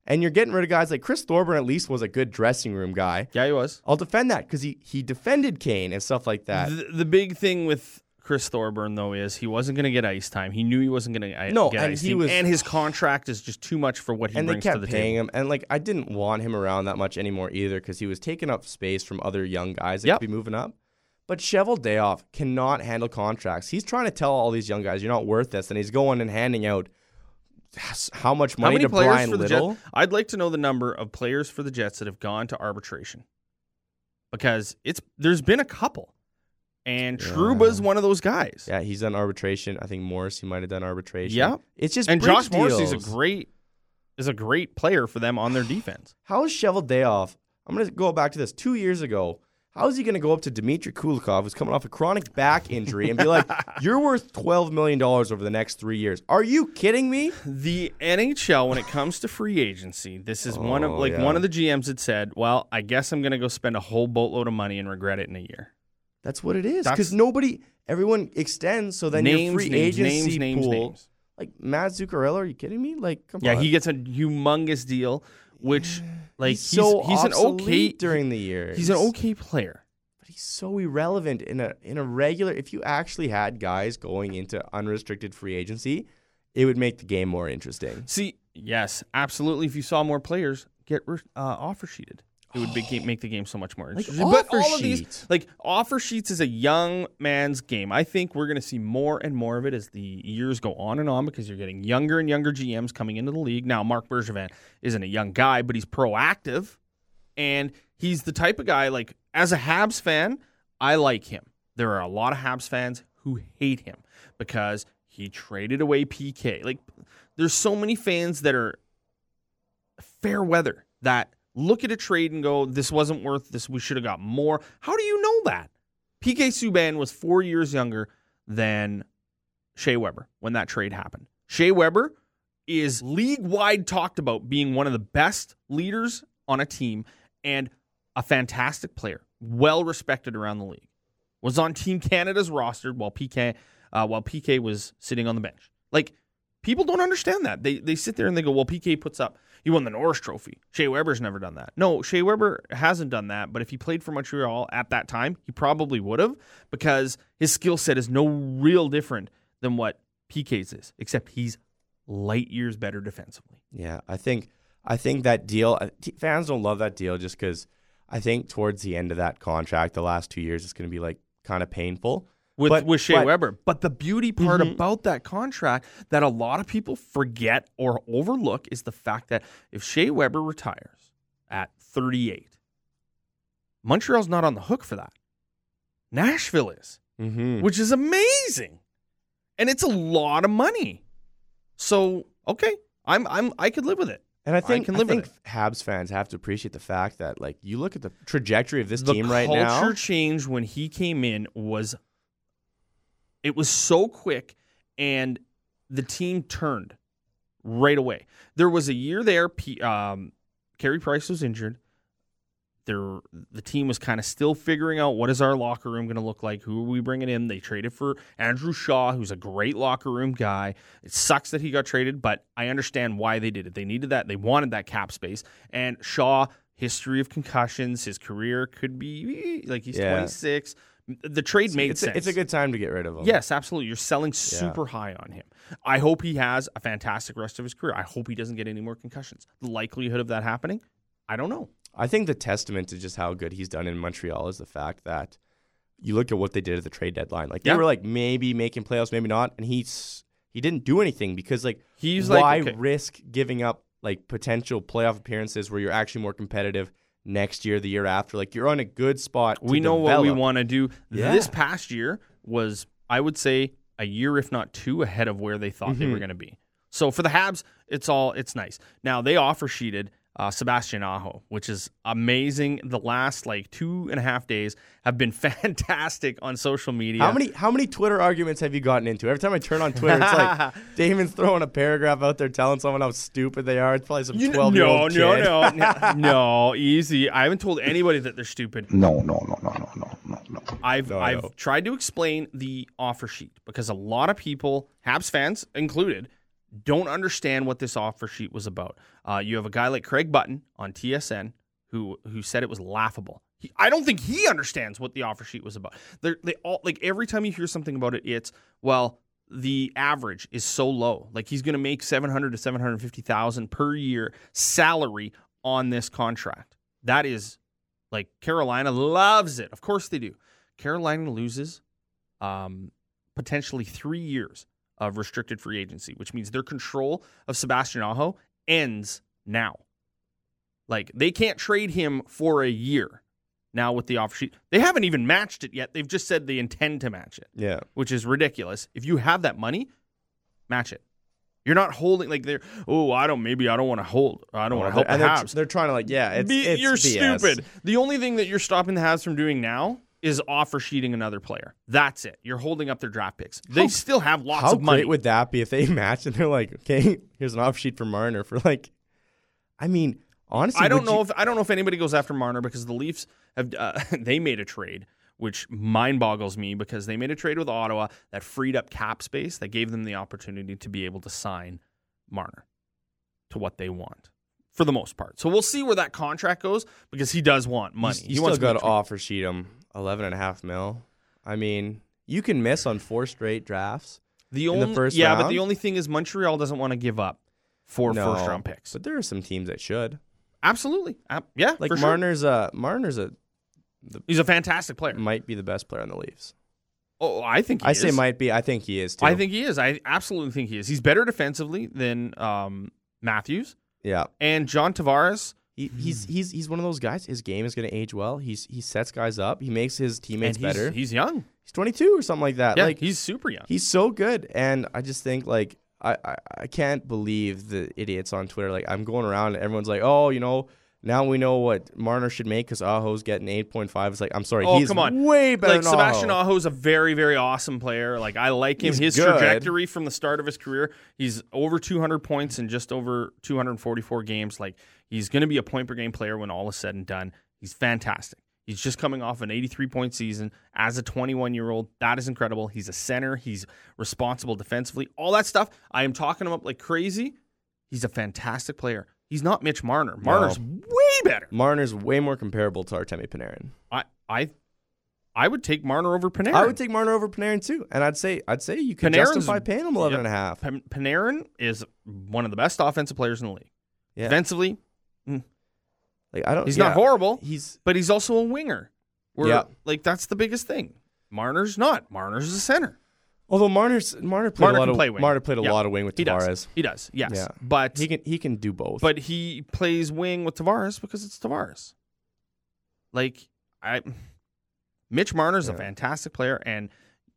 S5: and you're getting rid of guys like Chris Thorburn. At least was a good dressing room guy.
S1: Yeah, he was.
S5: I'll defend that because he he defended Kane and stuff like that.
S1: The, the big thing with Chris Thorburn though is he wasn't going to get ice time. He knew he wasn't going to
S5: No,
S1: get
S5: and
S1: ice
S5: he
S1: time.
S5: was-
S1: and his contract is just too much for what he
S5: and they
S1: brings to
S5: kept
S1: the
S5: paying
S1: table.
S5: him. And like, I didn't want him around that much anymore either because he was taking up space from other young guys that
S1: Yep.
S5: could be moving up. But Chevel Dayoff cannot handle contracts. He's trying to tell all these young guys, "You're not worth this," and he's going and handing out s- how much
S1: How
S5: money
S1: many
S5: to
S1: players
S5: Brian
S1: for the
S5: Little.
S1: Jets? I'd like to know the number of players for the Jets that have gone to arbitration because it's there's been a couple, and Truba's one of those guys.
S5: Yeah, he's done arbitration. I think Morris, he might have done arbitration.
S1: Yep.
S5: it's just
S1: and
S5: bridge
S1: Josh Morris is a
S5: deals.
S1: great is a great player for them on their defense.
S5: How is Chevel Dayoff? I'm going to go back to this two years ago. How is he going to go up to Dmitry Kulikov, who's coming off a chronic back injury, and be like, "You're worth twelve million dollars over the next three years"? Are you kidding me?
S1: the NHL when it comes to free agency, this is one of
S5: Oh,
S1: like
S5: yeah.
S1: one of the GMs had said, "Well, I guess I'm going to go spend a whole boatload of money and regret it in a year."
S5: That's what it is.
S1: That's-
S5: Because nobody, everyone extends. So then
S1: Names,
S5: your free
S1: names, names,
S5: agency
S1: names,
S5: pool,
S1: names.
S5: like Matt Zuccarello. Are you kidding me? Like, come
S1: Yeah,
S5: on.
S1: he gets a humongous deal, which like
S5: he's
S1: he's
S5: so
S1: he's an okay
S5: obsolete during the year.
S1: he's an okay player.
S5: but he's so irrelevant in a in a regular. If you actually had guys going into unrestricted free agency, it would make the game more interesting.
S1: See, yes, absolutely. If you saw more players get re- uh, offer sheeted, it would be, make the game so much more interesting. but
S5: offer
S1: all of these,
S5: sheet.
S1: like offer sheets, is a young man's game. I think we're going to see more and more of it as the years go on and on because you're getting younger and younger GMs coming into the league. Now, Mark Bergevin isn't a young guy, but he's proactive, and he's the type of guy. Like as a Habs fan, I like him. There are a lot of Habs fans who hate him because he traded away PK. Like there's so many fans that are fair weather that look at a trade and go, this wasn't worth this. We should have got more. How do you know that? PK Subban was four years younger than Shea Weber when that trade happened. Shea Weber is league wide talked about being one of the best leaders on a team and a fantastic player, well respected around the league. Was on Team Canada's roster while PK uh, while PK was sitting on the bench. Like people don't understand that. They they sit there and they go, well, PK puts up. He won the Norris Trophy. Shea Weber's never done that. No, Shea Weber hasn't done that. But if he played for Montreal at that time, he probably would have because his skill set is no real different than what PK's is, except he's light years better defensively.
S5: Yeah, I think I think that deal. I- t- Fans don't love that deal just because I think towards the end of that contract, the last two years, it's going to be like kind of painful.
S1: with
S5: But-
S1: with Shea
S5: but-
S1: Weber. Mm-hmm. But the beauty part about that contract that a lot of people forget or overlook is the fact that if Shea Weber retires at 38, Montreal's not on the hook for that. Nashville is,
S5: Mm-hmm.
S1: which is amazing, and it's a lot of money. So okay, I'm I'm I could live with it.
S5: And I think,
S1: can
S5: I
S1: live with
S5: think Habs fans have to appreciate the fact that like you look at the trajectory of this
S1: the
S5: team right
S1: culture
S5: now.
S1: change when he came in was it was so quick and the team turned right away there was a year there P, um Carey Price was injured there the team was kind of still figuring out what is our locker room going to look like who are we bringing in they traded for Andrew Shaw who's a great locker room guy it sucks that he got traded but I understand why they did it they needed that they wanted that cap space and Shaw history of concussions his career could be like he's
S5: Yeah.
S1: 26 the trade made
S5: it's,
S1: sense
S5: a, it's a good time to get rid of them.
S1: Yes, absolutely. You're selling super high on him. I hope he has a fantastic rest of his career. I hope he doesn't get any more concussions. The likelihood of that happening, I don't know.
S5: I think the testament to just how good he's done in Montreal is the fact that you look at what they did at the trade deadline. Like
S1: Yeah.
S5: they were like maybe making playoffs, maybe not, and he's he didn't do anything because like
S1: He's like,
S5: why
S1: okay.
S5: risk giving up like potential playoff appearances where you're actually more competitive next year, the year after. Like you're on a good spot. to
S1: we know what we
S5: develop.
S1: want to do.
S5: Yeah.
S1: This past year was, I would say, a year if not two ahead of where they thought they
S5: Mm-hmm.
S1: were going to be. So for the Habs, it's all it's nice. Now they offer sheeted uh, Sebastian Aho, which is amazing. The last like two and a half days have been fantastic on social media.
S5: How many how many Twitter arguments have you gotten into? Every time I turn on Twitter, it's like Damon's throwing a paragraph out there telling someone how stupid they are. It's probably some
S1: You kn-
S5: twelve year
S1: no,
S5: old
S1: no, no, no, no, easy. I haven't told anybody that they're stupid. No, no, no, no, no, no, no. I've I've tried to explain the offer sheet because a lot of people, Habs fans included, don't understand what this offer sheet was about. Uh, you have a guy like Craig Button on TSN who who said it was laughable. He, I don't think he understands what the offer sheet was about. They're, they all like every time you hear something about it, it's well the average is so low. Like he's going to make seven hundred to seven hundred fifty thousand per year salary on this contract. That is like Carolina loves it. Of course they do. Carolina loses um, potentially three years of restricted free agency, which means their control of Sebastian Aho ends now. Like they can't trade him for a year now with the offer sheet. They haven't even matched it yet. They've just said they intend to match it,
S5: Yeah.
S1: which is ridiculous. If you have that money, match it. You're not holding like they're. Oh, I don't. Maybe I don't want to hold. I don't want to help the
S5: and Oh, they're,
S1: Habs.
S5: they're trying to like, yeah, it's,
S1: Be-
S5: it's
S1: you're
S5: BS.
S1: stupid. The only thing that you're stopping the Habs from doing now is offer sheeting another player. That's it. You're holding up their draft picks. They still have lots
S5: How
S1: of money.
S5: great would that be if they match and they're like, okay, here's an off sheet for Marner for like, I mean, honestly,
S1: I don't
S5: would
S1: know
S5: you-
S1: if I don't know if anybody goes after Marner because the Leafs have uh, they made a trade, which mind boggles me because they made a trade with Ottawa that freed up cap space that gave them the opportunity to be able to sign Marner to what they want for the most part. So we'll see where that contract goes because he does want money.
S5: You,
S1: he
S5: still
S1: wants
S5: got to
S1: money.
S5: offer sheet him 11 and a half mil. I mean, you can miss on four straight drafts.
S1: the
S5: in the
S1: only
S5: first
S1: yeah, but
S5: round?
S1: the only thing is Montreal doesn't want to give up four
S5: No,
S1: first round picks.
S5: but there are some teams that should.
S1: Absolutely, Ab- yeah,
S5: Like
S1: for sure.
S5: Marner's, a Marner's a
S1: He's a fantastic player.
S5: might be the best player on the Leafs.
S1: Oh, I think he
S5: I
S1: is.
S5: say might be. I think he is too.
S1: I think he is. I absolutely think he is. He's better defensively than um, Matthews
S5: yeah.
S1: and John Tavares.
S5: He, he's he's he's one of those guys. His game is going to age well. He's he sets guys up. He makes his teammates
S1: and he's,
S5: better. He's,
S1: He's young.
S5: 22 or something like that.
S1: Yeah,
S5: like
S1: he's super young.
S5: He's so good, and I just think like I, I I can't believe the idiots on Twitter. Like I'm going around, and everyone's like, oh, you know, now we know what Marner should make because Aho's getting 8.5. It's like I'm sorry,
S1: oh
S5: he's
S1: come on,
S5: way better
S1: Like
S5: than
S1: Sebastian
S5: Aho.
S1: Aho is a very very awesome player. Like I like him.
S5: He's
S1: his
S5: good.
S1: trajectory from the start of his career, he's over 200 points in just over 244 games. Like he's going to be a point per game player when all is said and done. He's fantastic. He's just coming off an 83 point season as a 21 year old. That is incredible. He's a center. He's responsible defensively. All that stuff. I am talking him up like crazy. He's a fantastic player. He's not Mitch Marner. Marner's way better.
S5: Marner's way more comparable to Artemi Panarin.
S1: I I I would take Marner over Panarin.
S5: I would take Marner over Panarin too, and I'd say I'd say you could
S1: Panarin's-
S5: justify paying him 11
S1: Yep.
S5: and a half.
S1: Pan- Panarin is one of the best offensive players in the league.
S5: Yeah.
S1: Defensively,
S5: Like I don't.
S1: he's
S5: yeah.
S1: not horrible,
S5: He's
S1: but he's also a winger. Where,
S5: Yeah.
S1: like that's the biggest thing. Marner's not. Marner's a center.
S5: although Marner's Marner played
S1: Marner
S5: a lot
S1: can
S5: of
S1: play wing.
S5: Marner played a
S1: Yeah.
S5: lot of wing with
S1: He
S5: Tavares.
S1: does. He does. Yes.
S5: Yeah.
S1: But
S5: He can he can do both.
S1: but he plays wing with Tavares because it's Tavares. Like I, Mitch Marner's a fantastic player, and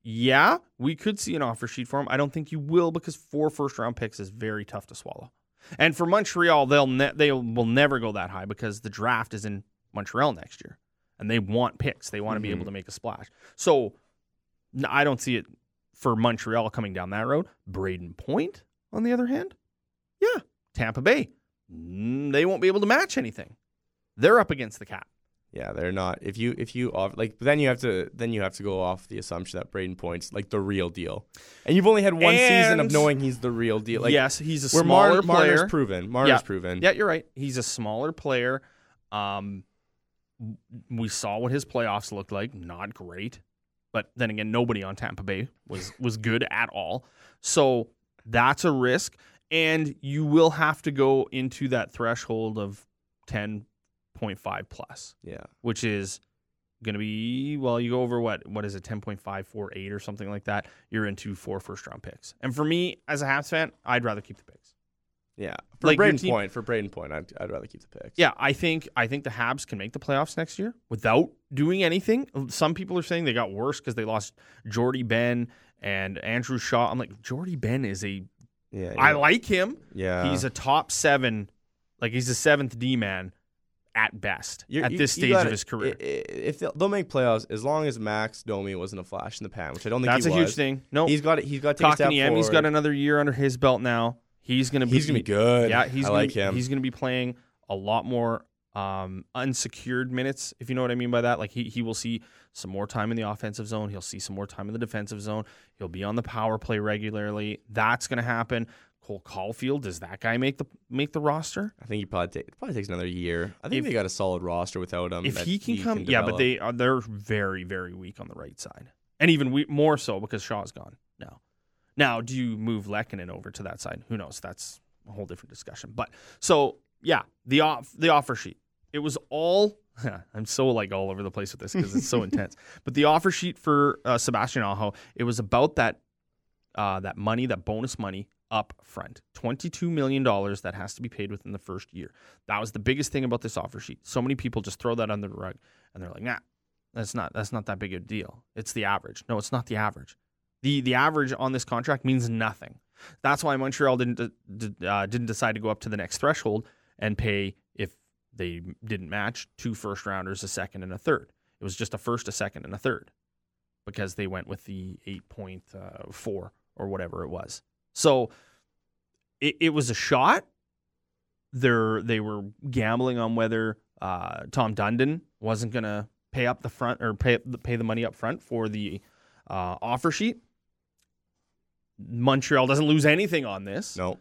S1: yeah, we could see an offer sheet for him. I don't think you will because four first round picks is very tough to swallow. And for Montreal, they'll ne- they will never go that high because the draft is in Montreal next year, and they want picks. They want to be able to make a splash. So n- I don't see it for Montreal coming down that road. Braden Point, on the other hand, yeah, Tampa Bay, mm, they won't be able to match anything. They're up against the cap.
S5: Yeah, they're not. If you if you off like then you have to then you have to go off the assumption that Braden Point's like the real deal, and you've only had one season
S1: And-
S5: of knowing he's the real deal. Like,
S1: yes, he's a
S5: where
S1: smaller
S5: Mar-
S1: player.
S5: Marner's proven. Marner's
S1: yeah.
S5: proven.
S1: Yeah, you're right. He's a smaller player. Um, w- we saw what his playoffs looked like. Not great, but then again, nobody on Tampa Bay was was good at all. So that's a risk, and you will have to go into that threshold of ten point five plus,
S5: yeah.
S1: which is going to be well, you go over what what is it ten point five four eight or something like that. You're into four first round picks, and for me as a Habs fan, I'd rather keep the picks.
S5: Yeah. For
S1: Like, your
S5: Braden
S1: team-
S5: Point, for Braden Point, I'd, I'd rather keep the picks.
S1: Yeah, I think I think the Habs can make the playoffs next year without doing anything. Some people are saying they got worse because they lost Jordy Ben and Andrew Shaw. I'm like, Jordy Ben is a
S5: yeah.
S1: I like him.
S5: Yeah.
S1: He's a top seven, like he's a seventh D man at best
S5: You're-
S1: at
S5: you-
S1: this
S5: you
S1: stage
S5: gotta-
S1: of his career.
S5: i- i- If they'll, they'll make playoffs, as long as Max Domi wasn't a flash in the pan, which I don't think
S1: That's
S5: he
S1: a huge
S5: was.
S1: thing. No,
S5: He's
S1: he's
S5: got he's got to take a step
S1: Kotkaniemi. He's got
S5: forward.
S1: another year under his belt now. He's gonna be
S5: He's gonna be good.
S1: Yeah, he's
S5: I
S1: gonna,
S5: like
S1: be-
S5: him.
S1: He's going to be playing a lot more um, unsecured minutes, if you know what I mean by that. Like he he will see some more time in the offensive zone. He'll see some more time in the defensive zone. He'll be on the power play regularly. That's going to happen. Cole Caulfield, does that guy make the make the roster?
S5: I think he probably ta- probably takes another year. I think
S1: If-
S5: they got a solid roster without him.
S1: if
S5: that
S1: he can come, yeah, but
S5: develop.
S1: they are they're very very weak on the right side, and even we, more so because Shaw's gone now. Now, do you move Lekanen over to that side? Who knows? That's a whole different discussion. But so yeah, the off the offer sheet. It was all. I'm so like all over the place with this because it's so intense. But the offer sheet for uh, Sebastian Aho, it was about that uh, that money, that bonus money up front. $22 million that has to be paid within the first year. That was the biggest thing about this offer sheet. So many people just throw that under the rug and they're like, nah, that's not that's not that big a deal. It's the average. No, it's not the average. The the average on this contract means nothing. That's why Montreal didn't de- de- uh, didn't decide to go up to the next threshold and pay if they didn't match two first rounders, a second and a third. It was just a first, a second, and a third because they went with the 8.4 or whatever it was. So it, it was a shot. They're, they were gambling on whether uh, Tom Dundon wasn't going to pay up the front or pay, pay the money up front for the uh, offer sheet. Montreal doesn't lose anything on this.
S5: No,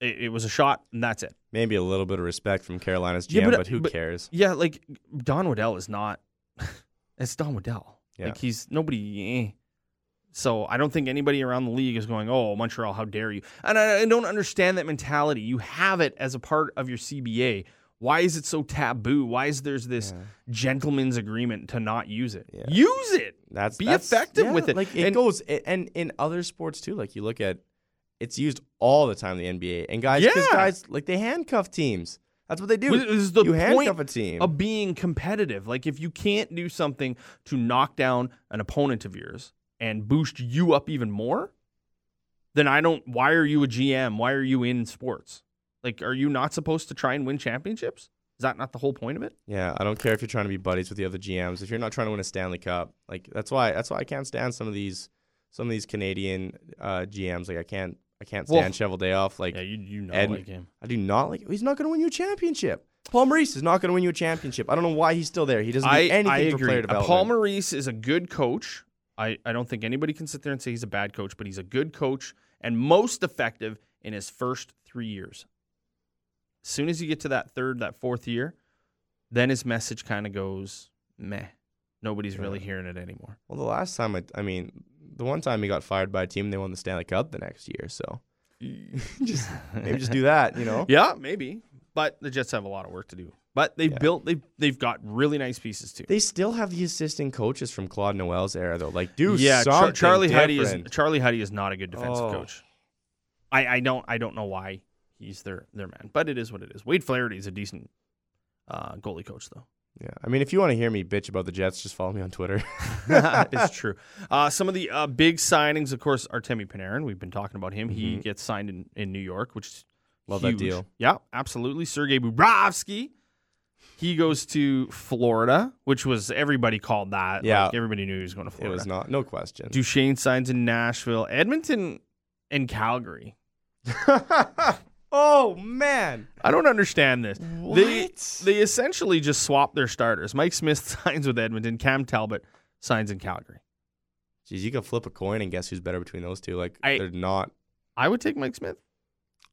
S1: It, it was a shot, and that's it.
S5: maybe a little bit of respect from Carolina's GM,
S1: Yeah,
S5: but,
S1: but-
S5: who
S1: but-
S5: cares?
S1: Yeah, like Don Waddell is not. it's Don Waddell.
S5: Yeah.
S1: Like he's nobody. eh. So I don't think anybody around the league is going, "Oh, Montreal, how dare you?" And I, I don't understand that mentality. You have it as a part of your CBA. Why is it so taboo? Why is there's this gentleman's agreement to not use it?
S5: Yeah.
S1: Use it.
S5: That's
S1: be
S5: that's-
S1: effective
S5: yeah,
S1: with it.
S5: Like it
S1: And-
S5: goes, a- and in other sports too. Like you look at, it's used all the time. in The NBA and guys, 'cause
S1: Yeah.
S5: guys like they handcuff teams. That's what they do.
S1: This is the
S5: you handcuff
S1: point
S5: a team.
S1: of being competitive. Like if you can't do something to knock down an opponent of yours and boost you up even more, then I don't. Why are you a GM? Why are you in sports? Like, are you not supposed to try and win championships? Is that not the whole point of it?
S5: Yeah, I don't care if you're trying to be buddies with the other GMs. If you're not trying to win a Stanley Cup, like that's why that's why I can't stand some of these some of these Canadian uh, GMs. Like I can't I can't
S1: Well-
S5: stand Shovel Day off. Like
S1: you know
S5: Ed- I do not like. He's not going to win you a championship. Paul Maurice is not going to win you a championship. I don't know why he's still there. He doesn't do
S1: I,
S5: anything
S1: I
S5: for
S1: agree.
S5: player
S1: Uh,
S5: development.
S1: Paul Maurice is a good coach. I, I don't think anybody can sit there and say he's a bad coach, but he's a good coach and most effective in his first three years. As soon as you get to that third, that fourth year, then his message kind of goes meh. Nobody's really hearing it anymore.
S5: Well, the last time I, I mean, the one time he got fired by a team, they won the Stanley Cup the next year. So just maybe just do that. You know.
S1: Yeah, maybe. But the Jets have a lot of work to do. But they built they they've got really nice pieces too.
S5: They still have the assistant coaches from Claude Noel's era though. Like, do
S1: yeah, Char-
S5: something
S1: Charlie Huddy is
S5: different.
S1: Charlie Huddy is not a good defensive
S5: Oh.
S1: coach. I, I don't I don't know why he's their their man, but it is what it is. Wade Flaherty is a decent uh, goalie coach though.
S5: Yeah, I mean, if you want to hear me bitch about the Jets, just follow me on Twitter.
S1: it's true. Uh, some of the uh, big signings, of course, Artemi Panarin. We've been talking about him. He gets signed in, in New York, which is
S5: Mm-hmm. Love that
S1: huge.
S5: deal.
S1: Yeah, absolutely. Sergei Bobrovsky. He goes to Florida, which was everybody called that.
S5: Yeah.
S1: Like, everybody knew he was going to
S5: it
S1: Florida.
S5: was not, no question.
S1: Duchesne signs in Nashville, Edmonton, and Calgary.
S5: oh man,
S1: I don't understand this. They
S5: What?
S1: they essentially just swap their starters. Mike Smith signs with Edmonton. Cam Talbot signs in Calgary.
S5: jeez, you could flip a coin and guess who's better between those two. Like,
S1: I-
S5: they're not.
S1: I would take Mike Smith.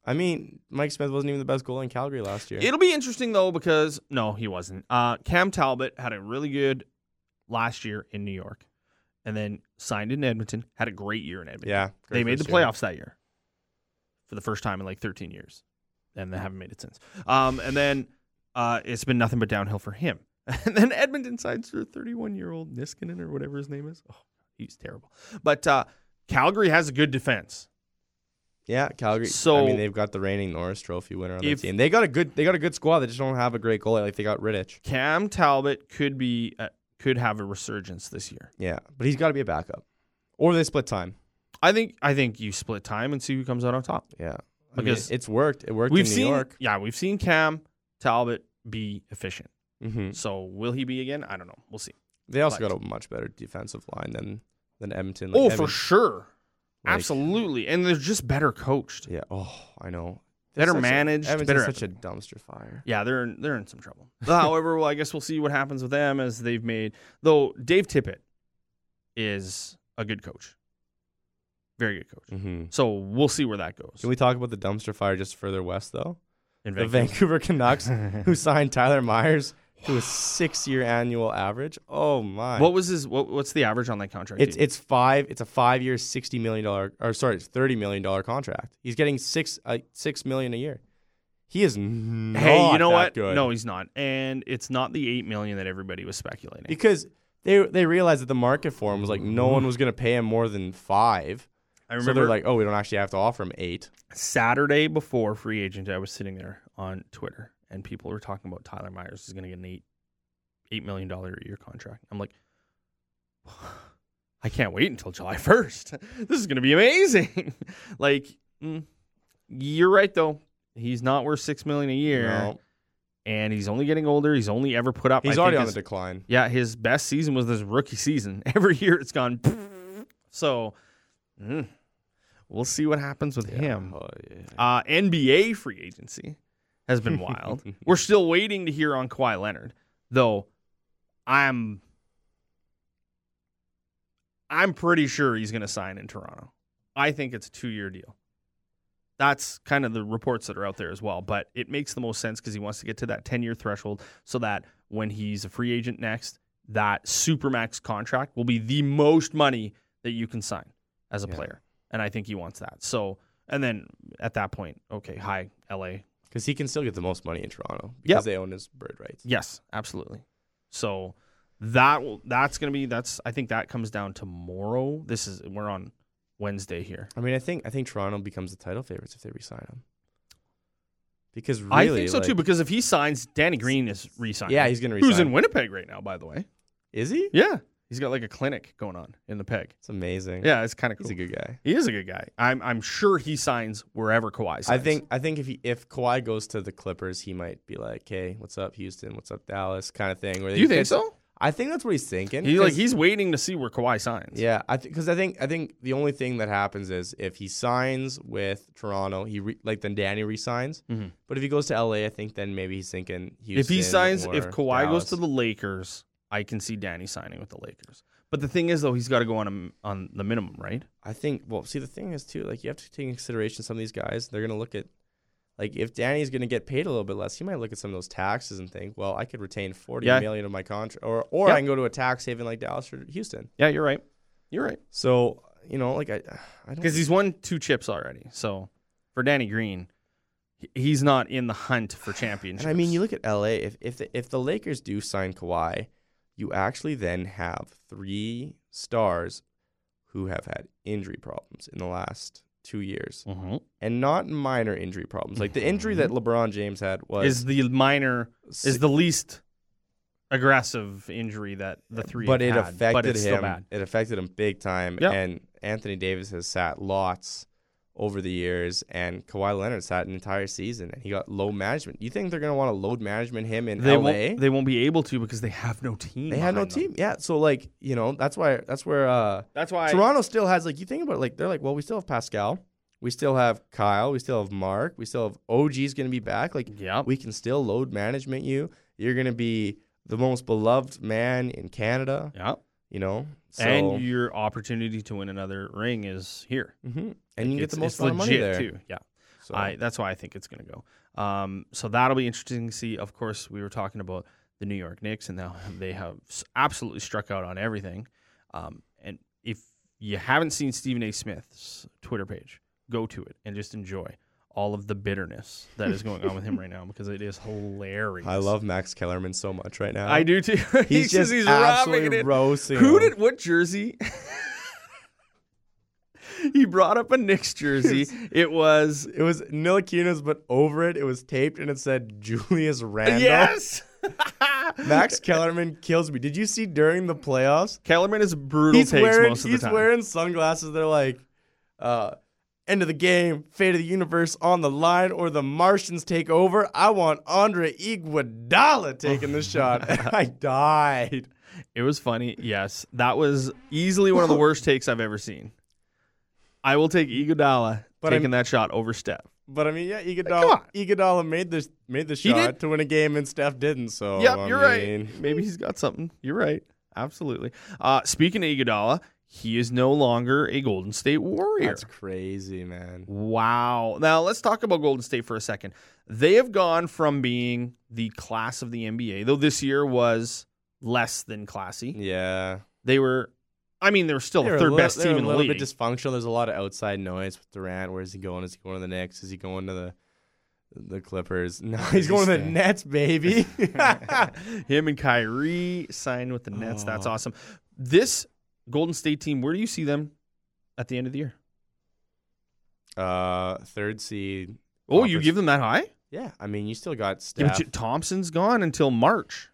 S5: I mean, Mike Smith wasn't even the best goalie in Calgary last year.
S1: It'll be interesting though because no, he wasn't. Uh, Cam Talbot had a really good last year in New York, and then signed in Edmonton. Had a great year in Edmonton.
S5: yeah, great
S1: they made the
S5: first year.
S1: playoffs that year for the first time in like 13 years, and they haven't made it since. Um, and then uh, it's been nothing but downhill for him. And then Edmonton signs for 31 year old Niskanen or whatever his name is. Oh, he's terrible. But uh, Calgary has a good defense.
S5: Yeah, Calgary. So I
S1: So-
S5: mean, they've got the reigning Norris Trophy winner on their
S1: If-
S5: team. They got a good, they got a good squad. They just don't have a great goalie. Like they got Riddich.
S1: Cam Talbot could be uh, could have a resurgence this year.
S5: Yeah, but he's got to be a backup, or they split time.
S1: I think I think you split time and see who comes out on top.
S5: Yeah, I mean,
S1: Because
S5: it's worked. It worked
S1: We've
S5: in New
S1: seen
S5: York.
S1: yeah, we've seen Cam Talbot be efficient.
S5: hmm
S1: So will he be again? I don't know. We'll see.
S5: They also
S1: But-
S5: got a much better defensive line than than Edmonton. Like,
S1: Oh, for
S5: Edmont-
S1: sure.
S5: Like-
S1: Absolutely. And they're just better coached.
S5: Yeah. Oh, I know.
S1: Better
S5: Such a-
S1: managed,
S5: Edmonton's
S1: better-
S5: such a dumpster fire.
S1: Yeah, they're in, they're in some trouble. However, well, I guess we'll see what happens with them as they've made. Though Dave Tippett is a good coach. Very good coach.
S5: Mm-hmm.
S1: So we'll see where that goes.
S5: Can we talk about the dumpster fire just further west though?
S1: in
S5: The
S1: Vancouver.
S5: Vancouver Canucks, who signed Tyler Myers to a six-year annual average. Oh my!
S1: What was his what, what's the average on that contract?
S5: It's
S1: Dave?
S5: it's five. It's a five-year, sixty million dollar, or sorry, thirty million dollar contract. He's getting six uh, six million a year. He is not
S1: Hey, you know
S5: that
S1: what?
S5: Good.
S1: No, he's not. And it's not the 8 million that everybody was speculating.
S5: because they they realized that the market for him was like no one was going to pay him more than five.
S1: Mm-hmm. I
S5: So
S1: remember
S5: they're like, oh, we don't actually have to offer him eight.
S1: Saturday before free agent, I was sitting there on Twitter and people were talking about Tyler Myers is going to get an eight eight million dollar a year contract. I'm like, I can't wait until July first. This is going to be amazing. like, mm, You're right though. He's not worth six million a year,
S5: No.
S1: and he's only getting older. He's only ever put up. I
S5: He's
S1: think,
S5: already on the
S1: his-
S5: decline.
S1: Yeah, his best season was this rookie season. Every year it's gone. So mm, we'll see what happens with him.
S5: Oh, yeah.
S1: Uh, NBA free agency has been wild. We're still waiting to hear on Kawhi Leonard, though. I'm I'm pretty sure he's going to sign in Toronto. I think it's a two year deal. That's kind of the reports that are out there as well. But it makes the most sense because he wants to get to that 10 year threshold so that when he's a free agent next, that supermax contract will be the most money that you can sign as a player. And I think he wants that. So, and then at that point, okay, hi, LA.
S5: Because he can still get the most money in Toronto because they own his bird rights.
S1: Yes, absolutely. So that will that's gonna be that's I think that comes down tomorrow. This is we're on Wednesday here.
S5: I mean, I think I think Toronto becomes the title favorites if they resign him. Because really,
S1: I think so too
S5: like-
S1: because if he signs, Danny Green is re-signing.
S5: Yeah, he's gonna
S1: Who's
S5: re-sign.
S1: in Winnipeg right now, by the way?
S5: is he?
S1: Yeah, he's got like a clinic going on in the peg.
S5: It's amazing.
S1: Yeah, it's kind of cool.
S5: he's a good guy.
S1: He is a good guy. I'm I'm sure he signs wherever Kawhi signs.
S5: I think I think if he, if Kawhi goes to the Clippers, he might be like, "Hey, what's up, Houston? What's up, Dallas?" kind of thing. Where
S1: Do
S5: they-
S1: you think
S5: it's-
S1: so?
S5: I think that's what he's thinking.
S1: He like
S5: 'cause-
S1: he's waiting to see where Kawhi signs.
S5: Yeah, I because I think I think the only thing that happens is if he signs with Toronto, he re, like then Danny resigns.
S1: Mhm.
S5: But if he goes to LA, I think then maybe he's thinking Houston.
S1: if he signs, if
S5: or
S1: Kawhi goes
S5: Dallas.
S1: to the Lakers, I can see Danny signing with the Lakers. But the thing is, though, he's got to go on a m on the minimum, right?
S5: I think. Well, see, the thing is too, like you have to take into consideration some of these guys. They're gonna look at, like, if Danny's gonna get paid a little bit less, he might look at some of those taxes and think, well, I could retain forty million
S1: Yeah.
S5: of my contract, or or
S1: Yeah.
S5: I can go to a tax haven like Dallas or Houston.
S1: Yeah, you're right. You're right.
S5: So you know, like I, I don't
S1: Because he's won two chips already. So for Danny Green, he- he's not in the hunt for championships.
S5: And I mean, you look at LA. If if the, if the Lakers do sign Kawhi, you actually then have three stars who have had injury problems in the last two years,
S1: Mhm.
S5: and not minor injury problems. Like the injury that LeBron James had was
S1: is the minor
S5: Si-
S1: is the least aggressive injury that the three.
S5: but it
S1: have had,
S5: affected
S1: but it's
S5: him.
S1: Still bad.
S5: It affected him big time.
S1: Yeah.
S5: And Anthony Davis has sat lots over the years, and Kawhi Leonard sat an entire season, and he got low management. You think they're gonna want to load management him in
S1: They
S5: LA?
S1: won't. They won't be able to because they have no team.
S5: They had no
S1: behind them.
S5: team. Yeah. So like, you know, that's why that's where uh
S1: That's why.
S5: Toronto still has like you think about it, like they're like, well, we still have Pascal, we still have Kyle, we still have Mark, we still have OG's gonna be back. Like
S1: Yep.
S5: we can still load management you. You're gonna be the most beloved man in Canada,
S1: yeah.
S5: you know? So,
S1: and your opportunity to win another ring is here.
S5: Mhm. and you can get
S1: It's-
S5: the most
S1: it's
S5: amount of money
S1: legit,
S5: there.
S1: too. Yeah.
S5: So,
S1: I, that's why I think it's going to go. Um, so that'll be interesting to see. Of course, we were talking about the New York Knicks and now they have s- absolutely struck out on everything. Um, and if you haven't seen Stephen A. Smith's Twitter page, go to it and just enjoy all of the bitterness that is going on with him right now because it is hilarious.
S5: I love Max Kellerman so much right now.
S1: I do too.
S5: He's just absolutely
S1: it.
S5: roasting.
S1: Who
S5: him.
S1: did what jersey? he brought up a Knicks jersey. It was
S5: It was Nilakina's, but over it, it was taped and it said Julius Randle.
S1: yes.
S5: Max Kellerman kills me. Did you see during the playoffs?
S1: Kellerman is brutal
S5: he's
S1: takes
S5: wearing
S1: most of
S5: he's
S1: the time.
S5: wearing sunglasses. They're like, uh, end of the game, fate of the universe on the line, or the Martians take over. I want Andre Iguodala taking the shot. I died.
S1: it was funny. Yes, that was easily one of the worst takes I've ever seen. I will take Iguodala
S5: But
S1: taking
S5: I'm-
S1: that shot over Steph.
S5: But I mean, yeah,
S1: come
S5: Iguodala,
S1: on.
S5: Iguodala made the made the
S1: did.
S5: shot to win a game, and Steph didn't. So
S1: yep,
S5: Oh, I
S1: you're
S5: mean,
S1: right. Maybe he's got something. You're right. Absolutely. Uh, speaking of Iguodala, he is no longer a Golden State Warrior.
S5: That's crazy, man.
S1: Wow. Now let's talk about Golden State for a second. They have gone from being the class of the NBA, though this year was less than classy.
S5: Yeah.
S1: They were, I mean, they were still
S5: They're
S1: the
S5: a
S1: third
S5: little-
S1: best
S5: they're
S1: team in
S5: a
S1: the
S5: little
S1: league.
S5: bit dysfunctional. There's a lot of outside noise with Durant. Where is he going? Is he going to the Knicks? Is he going to the the Clippers? No, he's going to the
S1: staying?
S5: Nets, baby.
S1: Him and Kyrie signed with the Nets.
S5: Oh.
S1: That's awesome. This Golden State team, where do you see them at the end of the year?
S5: uh, third seed.
S1: Oh, you
S5: Conference.
S1: give them that high?
S5: Yeah, I mean, you still got
S1: Yeah,
S5: Steph.
S1: but you- Thompson's gone until March.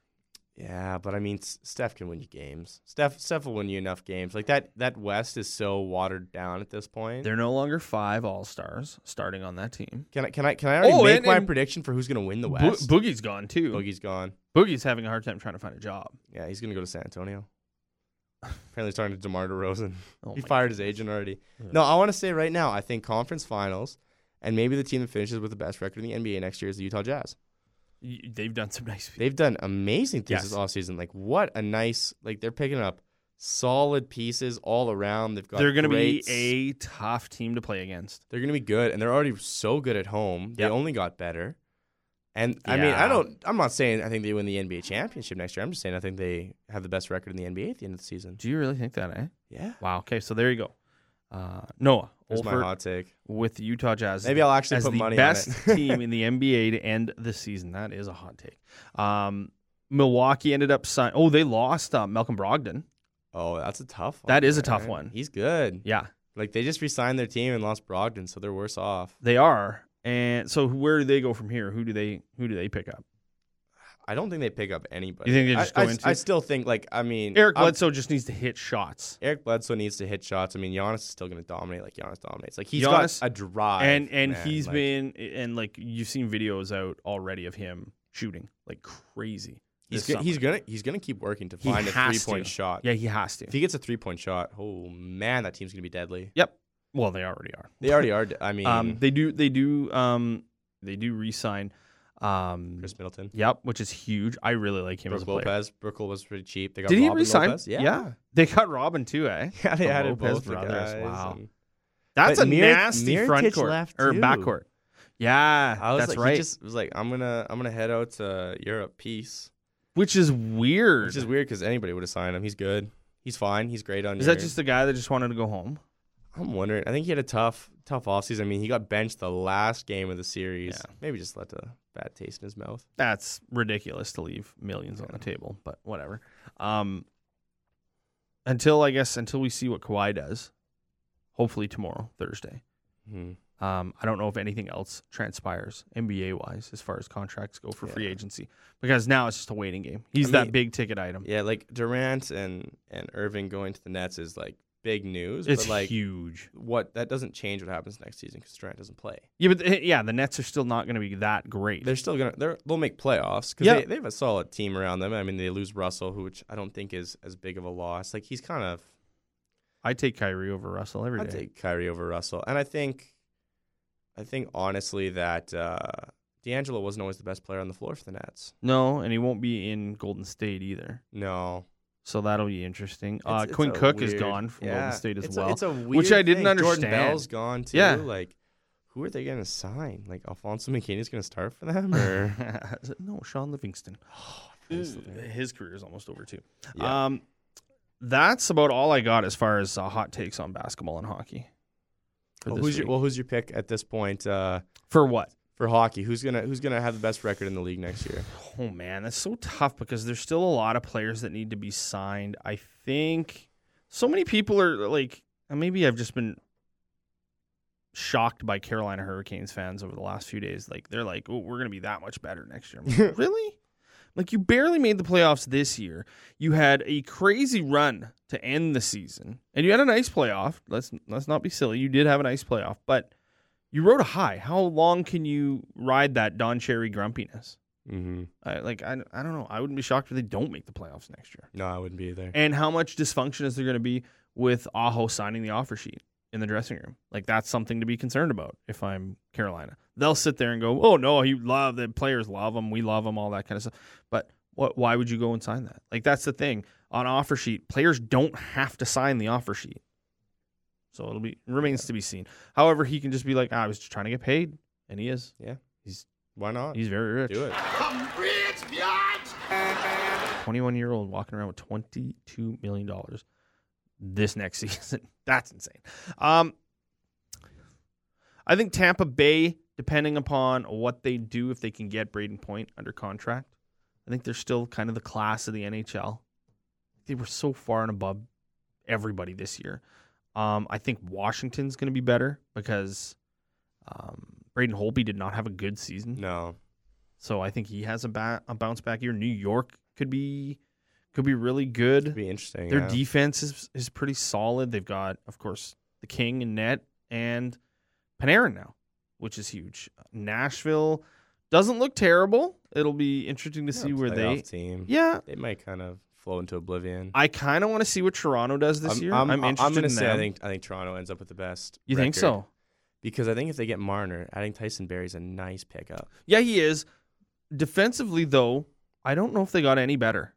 S5: Yeah, but I mean, S- Steph can win you games. Steph, Steph will win you enough games. Like that, that West is so watered down at this point.
S1: They're no longer five All Stars starting on that team.
S5: Can I, can I, can I already
S1: Oh,
S5: make
S1: and-
S5: my
S1: and-
S5: prediction for who's gonna win the
S1: Bo-
S5: West?
S1: Boogie's gone too.
S5: Boogie's gone.
S1: Boogie's having a hard time trying to find a job.
S5: Yeah, he's gonna go to San Antonio. Apparently, he's talking to Demar Derozan.
S1: Oh
S5: he
S1: my
S5: fired his agent already. No, I want to say right now, I think conference finals, and maybe the team that finishes with the best record in the NBA next year is the Utah Jazz.
S1: Y- They've done some nice.
S5: They've done amazing
S1: Yes.
S5: things this offseason. Like what a nice like they're picking up solid pieces all around. They've got
S1: They're going to be
S5: great s-
S1: a tough team to play against.
S5: they're gonna be good, and they're already so good at home. They
S1: Yep.
S5: only got better. And I mean, I
S1: Yeah.
S5: don't. I'm not saying I think they win the NBA championship next year. I'm just saying I think they have the best record in the NBA at the end of the season.
S1: Do you really think that, eh?
S5: Yeah,
S1: Wow. Okay, so there you go. Uh, Noah
S5: there's my
S1: Olford
S5: hot take.
S1: with the Utah Jazz.
S5: Maybe I'll actually
S1: as
S5: put
S1: the
S5: money on
S1: best
S5: it.
S1: team in the NBA to end the season. That is a hot take. Um, Milwaukee ended up sign. Oh, they lost uh, Malcolm Brogdon.
S5: Oh, that's a tough. one.
S1: That is a tough
S5: man.
S1: one.
S5: He's good.
S1: Yeah,
S5: Like they just re-signed their team and lost Brogdon, so they're worse off.
S1: they are. And so, where do they go from here? Who do they who do they pick up?
S5: I don't think they pick up anybody.
S1: You think they just
S5: I,
S1: go
S5: I-
S1: into-
S5: I still think like I mean
S1: Eric
S5: I'm-
S1: Bledsoe just needs to hit shots.
S5: Eric Bledsoe needs to hit shots. I mean, Giannis is still going to dominate like Giannis dominates. Like he's
S1: Giannis-
S5: got a drive,
S1: and and
S5: man.
S1: he's
S5: Like,
S1: been and like you've seen videos out already of him shooting like crazy.
S5: he's
S1: this
S5: go- he's
S1: summer.
S5: gonna he's gonna keep working to
S1: He
S5: find a three
S1: has
S5: point
S1: to.
S5: shot.
S1: Yeah, he has to.
S5: if he gets a three point shot, oh man, that team's gonna be deadly.
S1: yep. Well, they already are.
S5: They already are. de- I mean,
S1: Um, they do they do um they do re-sign um
S5: Chris Middleton,
S1: Yep, which is huge. I really like him as a
S5: Brooke
S1: player.
S5: Lopez. Brooke Lopez was pretty cheap. They got
S1: Did he
S5: Robin
S1: resign?
S5: Lopez. Yeah,
S1: yeah. They got Robin too, eh?
S5: Yeah, they
S1: The
S5: added
S1: Lopez
S5: both the
S1: brothers,
S5: guys,
S1: wow.
S5: and
S1: That's
S5: But
S1: a
S5: Mir-
S1: nasty
S5: Mirotic
S1: front court
S5: left
S1: or
S5: too.
S1: back court. Yeah,
S5: I was
S1: that's
S5: like,
S1: right.
S5: He just was like, I'm gonna I'm gonna head out to Europe. Peace.
S1: which is weird.
S5: Which is weird because anybody would have signed him. He's good. He's fine. He's great on.
S1: Is
S5: your-
S1: that just a guy that just wanted to go home?
S5: I'm wondering. I think he had a tough, tough offseason. I mean, he got benched the last game of the series.
S1: Yeah.
S5: Maybe just left a bad taste in his mouth.
S1: that's ridiculous to leave millions on the table, but whatever. Um, until I guess until we see what Kawhi does, hopefully tomorrow Thursday.
S5: Hmm.
S1: Um, I don't know if anything else transpires NBA wise as far as contracts go for free agency because now it's just a waiting game. He's
S5: I mean-
S1: that big ticket item.
S5: Yeah, like Durant and and Irving going to the Nets is like big news.
S1: it's
S5: but like
S1: huge.
S5: what that doesn't change what happens next season because Durant doesn't play.
S1: Yeah, but the, yeah, the Nets are still not going to be that great.
S5: They're still gonna they're, they'll make playoffs because
S1: Yeah.
S5: they, they have a solid team around them. I mean, they lose Russell, who which I don't think is as big of a loss. Like he's kind of
S1: I take Kyrie over Russell every
S5: I
S1: day.
S5: take Kyrie over Russell, and I think, I think honestly that uh, D'Angelo wasn't always the best player on the floor for the Nets.
S1: no, and he won't be in Golden State either.
S5: No,
S1: So that'll be interesting. Uh,
S5: It's- it's
S1: Quinn
S5: a
S1: Cook is
S5: weird-
S1: gone from
S5: yeah,
S1: Golden State as
S5: it's
S1: well.
S5: A, it's a weird
S1: which I didn't
S5: thing. Jordan
S1: understand.
S5: Bell's gone too.
S1: Yeah.
S5: like who are they going to sign? Like Alfonso McKinney's going to start for them, or
S1: no, Sean Livingston. His career is almost over too.
S5: Yeah.
S1: Um, that's about all I got as far as uh, hot takes on basketball and hockey. For,
S5: Well,
S1: this
S5: Oh, who's your
S1: week.
S5: well, who's your pick at this point uh,
S1: for what?
S5: for hockey? Who's gonna who's gonna have the best record in the league next year?
S1: Oh man, that's so tough because there's still a lot of players that need to be signed. I think so many people are like, and maybe I've just been shocked by Carolina Hurricanes fans over the last few days. Like they're like, oh, we're gonna be that much better next year. I'm like, really? Like you barely made the playoffs this year. You had a crazy run to end the season, and you had a nice playoff. Let's let's not be silly. You did have a nice playoff, but you rode a high. How long can you ride that Don Cherry grumpiness?
S5: Mm-hmm.
S1: I, like I, I don't know. I wouldn't be shocked if they don't make the playoffs next year.
S5: No, I wouldn't be there.
S1: And how much dysfunction is there going to be with Aho signing the offer sheet in the dressing room? Like that's something to be concerned about. If I'm Carolina, they'll sit there and go, "Oh no, he love the players love him, we love him, all that kind of stuff." But what? Why would you go and sign that? Like that's the thing on offer sheet. Players don't have to sign the offer sheet, so it'll be remains to be seen. However, he can just be like, "Ah, "I was just trying to get paid," and he is.
S5: Why not?
S1: He's very rich.
S5: Do it.
S1: 21 year old walking around with 22 million dollars this next season. That's insane. Um, I think Tampa Bay, depending upon what they do, if they can get Braden Point under contract, I think they're still kind of the class of the NHL. They were so far and above everybody this year. Um, I think Washington's going to be better because um, Braden Holby did not have a good season.
S5: No.
S1: So I think he has a, ba- a bounce back year. New York could be could be really good.
S5: Be interesting.
S1: Their
S5: yeah.
S1: defense is, is pretty solid. They've got, of course, the King and Net and Panarin now, which is huge. Nashville doesn't look terrible. It'll be interesting to see where they.
S5: playoff team.
S1: Yeah,
S5: they might kind of flow into oblivion.
S1: I kind of want to see what Toronto does this year. I'm, interested
S5: gonna
S1: in
S5: say
S1: them.
S5: I think I think Toronto ends up with the best.
S1: you think
S5: record.
S1: so?
S5: Because I think if they get Marner, adding Tyson Berry's a nice pickup.
S1: Yeah, he is. Defensively, though, I don't know if they got any better.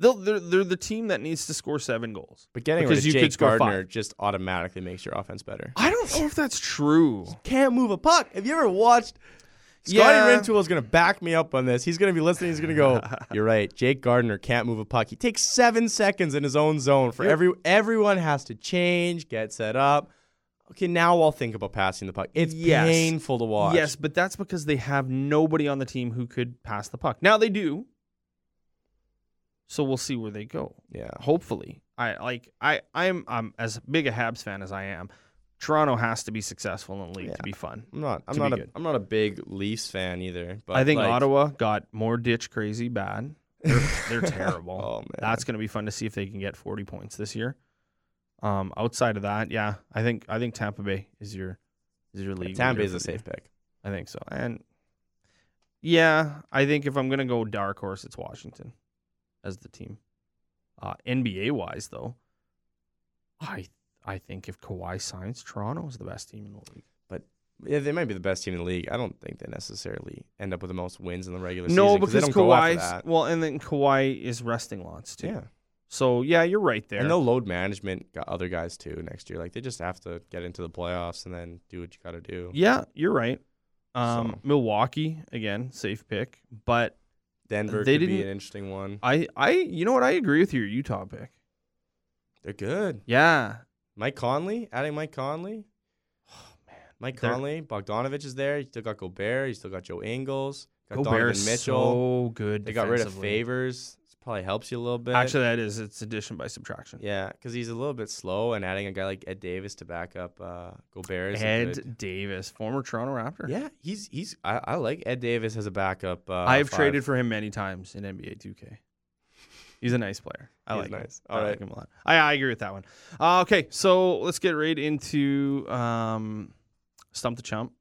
S1: They'll, they're they're the team that needs to score seven goals.
S5: But getting
S1: Because
S5: rid
S1: you
S5: of
S1: could
S5: Jake
S1: score
S5: Gardner
S1: five.
S5: just automatically makes your offense better.
S1: I don't know if that's true.
S5: Can't move a puck. Have you ever watched? Scotty
S1: Yeah.
S5: Rintoul is going to back me up on this. He's going to be listening. He's going to go. You're right. Jake Gardner can't move a puck. He takes seven seconds in his own zone for every. Everyone has to change, get set up. Okay, now I'll think about passing the puck. It's
S1: Yes.
S5: painful to watch.
S1: Yes, but that's because they have nobody on the team who could pass the puck. Now they do. So we'll see where they go.
S5: Yeah.
S1: Hopefully. I like I I'm I'm as big a Habs fan as I am. Toronto has to be successful in the league to be fun.
S5: I'm not. I'm
S1: to
S5: not
S1: be
S5: a.
S1: good.
S5: am not a big Leafs fan either. But
S1: I think
S5: like,
S1: Ottawa got more ditch crazy bad. They're, they're terrible.
S5: Oh, man.
S1: That's going to be fun to see if they can get 40 points this year. Um, outside of that, yeah, I think I think Tampa Bay is your is your league.
S5: Tampa
S1: leader
S5: is a
S1: for the year.
S5: safe pick.
S1: I think so. And yeah, I think if I'm going to go dark horse, it's Washington as the team. Uh, NBA wise, though, I I think if Kawhi signs, Toronto is the best team in the league.
S5: But yeah, they might be the best team in the league. I don't think they necessarily end up with the most wins in the regular season.
S1: no, because
S5: 'cause they don't go after
S1: Kawhi's
S5: that.
S1: well, and then Kawhi is resting lots too.
S5: yeah,
S1: So yeah, you're right there.
S5: and they'll load management got other guys too next year. Like they just have to get into the playoffs and then do what you got to do.
S1: yeah, you're right. Um,
S5: So.
S1: Milwaukee again, safe pick, but
S5: Denver
S1: They
S5: could be
S1: didn't-
S5: an interesting one.
S1: I I you know what I agree with your Utah pick.
S5: They're good.
S1: Yeah,
S5: Mike Conley, adding Mike Conley. Oh man, Mike
S1: They're-
S5: Conley, Bogdanovich is there. You still got Gobert. You still got Joe Ingles. Got
S1: Gobert
S5: Donovan
S1: is
S5: Mitchell.
S1: so good.
S5: they got rid of
S1: defensively.
S5: favors. This probably helps you a little bit.
S1: Actually, that is it's addition by subtraction.
S5: Yeah, because he's a little bit slow, and adding a guy like Ed Davis to back up uh, Gobert is a
S1: Ed
S5: good-
S1: Davis, former Toronto Raptor.
S5: Yeah, he's he's. I, I like Ed Davis as a backup. Uh,
S1: I have
S5: five.
S1: traded for him many times in NBA 2K. He's a nice player. I
S5: He's
S1: like
S5: nice.
S1: him.
S5: All
S1: I
S5: right.
S1: like him a lot. I, I agree with that one. Uh, okay, so let's get right into um, stump the chump.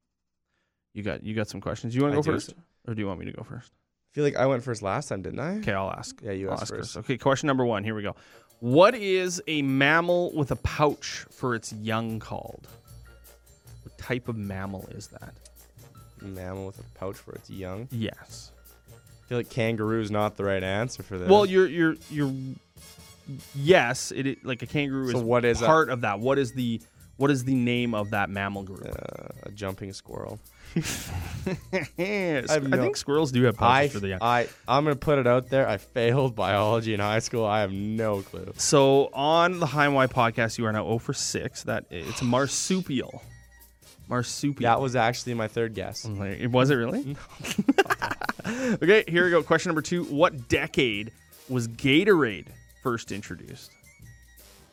S1: You got you got some questions. You want
S5: I
S1: to go
S5: do.
S1: first, or do you want me to go first?
S5: I feel like I went first last time, didn't I?
S1: Okay, I'll ask.
S5: Yeah, you
S1: I'll
S5: ask
S1: her.
S5: first.
S1: Okay, question number one. Here we go. What is a mammal with a pouch for its young called? What type of mammal is that?
S5: Mammal with a pouch for its young.
S1: Yes.
S5: I feel like kangaroo's not the right answer for this.
S1: Well, you're you're you're. Yes, it i- like a kangaroo
S5: So
S1: is
S5: what is a-
S1: part of that. What is the what is the name of that mammal group?
S5: uh, a jumping squirrel.
S1: Yes, I,
S5: I've no-
S1: think squirrels do have
S5: I,
S1: pouches for the young.
S5: I I'm gonna put it out there. I failed biology in high school. I have no clue.
S1: so on the Heimwai podcast, you are now 0 for six. That it's a marsupial. Marsupial.
S5: That was actually my third guess.
S1: Like, It was it really? okay, here we go. Question number two: What decade was Gatorade first introduced?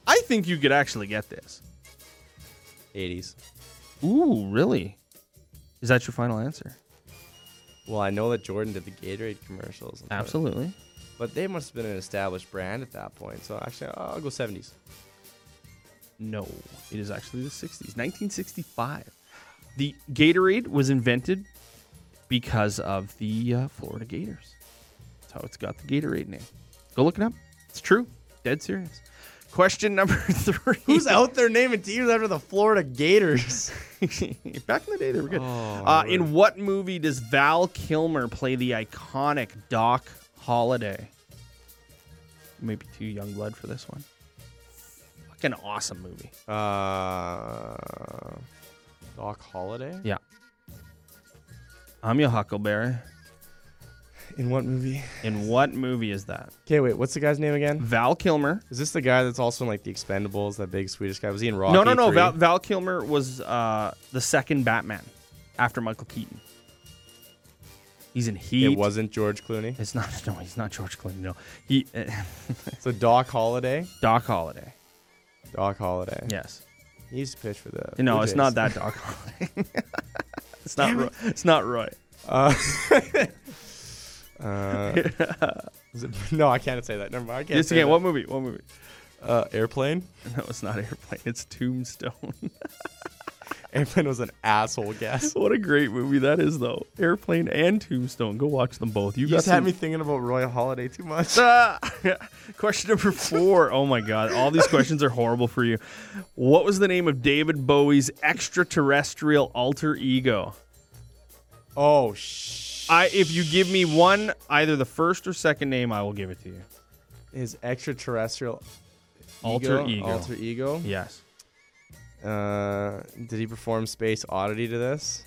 S1: I think you could actually get this.
S5: 80s.
S1: Ooh, really? Is that your final answer?
S5: Well, I know that Jordan did the Gatorade commercials. I'm trying to-
S1: Absolutely.
S5: But they must have been an established brand at that point. So actually, oh, I'll go 70s.
S1: No, it is actually the 60s, 1965. The Gatorade was invented because of the uh, Florida Gators. That's how it's got the Gatorade name. Go look it up. It's true. Dead serious. Question number three.
S5: Who's out there naming teams after the Florida Gators?
S1: Back in the day, they were good.
S5: Oh,
S1: uh, in what movie does Val Kilmer play the iconic Doc Holiday? Maybe too young blood for this one. Fucking awesome movie.
S5: Uh, Doc Holliday.
S1: Yeah. I'm your Huckleberry.
S5: In what movie?
S1: In what movie is that?
S5: Okay, wait. What's the guy's name again?
S1: Val Kilmer.
S5: Is this the guy that's also in like the Expendables? That big Swedish guy. Was he in Rocky?
S1: No, no, no.
S5: III?
S1: Val, Val Kilmer was uh, the second Batman after Michael Keaton. He's in Heat.
S5: It wasn't George Clooney.
S1: It's not. No, he's not George Clooney. No, he uh,
S5: So Doc Holliday.
S1: Doc Holiday.
S5: Doc Holliday.
S1: Yes.
S5: He used to pitch for the.
S1: No,
S5: Blue
S1: it's
S5: Jays.
S1: not that Doc Holliday. it's not. Roy, it's not Roy.
S5: Uh, Is it, no, I can't say that. Never mind. I can't.
S1: Yes,
S5: say
S1: again.
S5: that.
S1: What movie? What movie?
S5: Uh, airplane.
S1: No, it's not Airplane. It's Tombstone.
S5: Airplane was an asshole guess.
S1: what a great movie that is, though. Airplane and Tombstone. Go watch them both. You,
S5: You
S1: got
S5: just had
S1: some-
S5: me thinking about Roy Holiday too much.
S1: Ah! question number four. Oh my God. All these questions are horrible for you. What was the name of David Bowie's extraterrestrial alter ego?
S5: Oh sh!
S1: I, if you give me one, either the first or second name, I will give it to you.
S5: His extraterrestrial
S1: Alter ego.
S5: Alter ego.
S1: Yes.
S5: Uh, did he perform Space Oddity to this?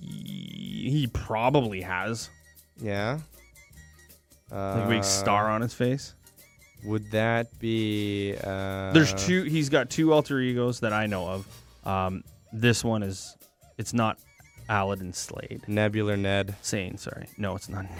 S1: He, he probably has.
S5: Yeah.
S1: Like a big
S5: Uh,
S1: star on his face.
S5: Would that be? Uh,
S1: There's two. He's got two alter egos that I know of. Um, this one is. It's not Aladdin Slade.
S5: Nebular Ned.
S1: Sane, sorry. No, it's not Ned.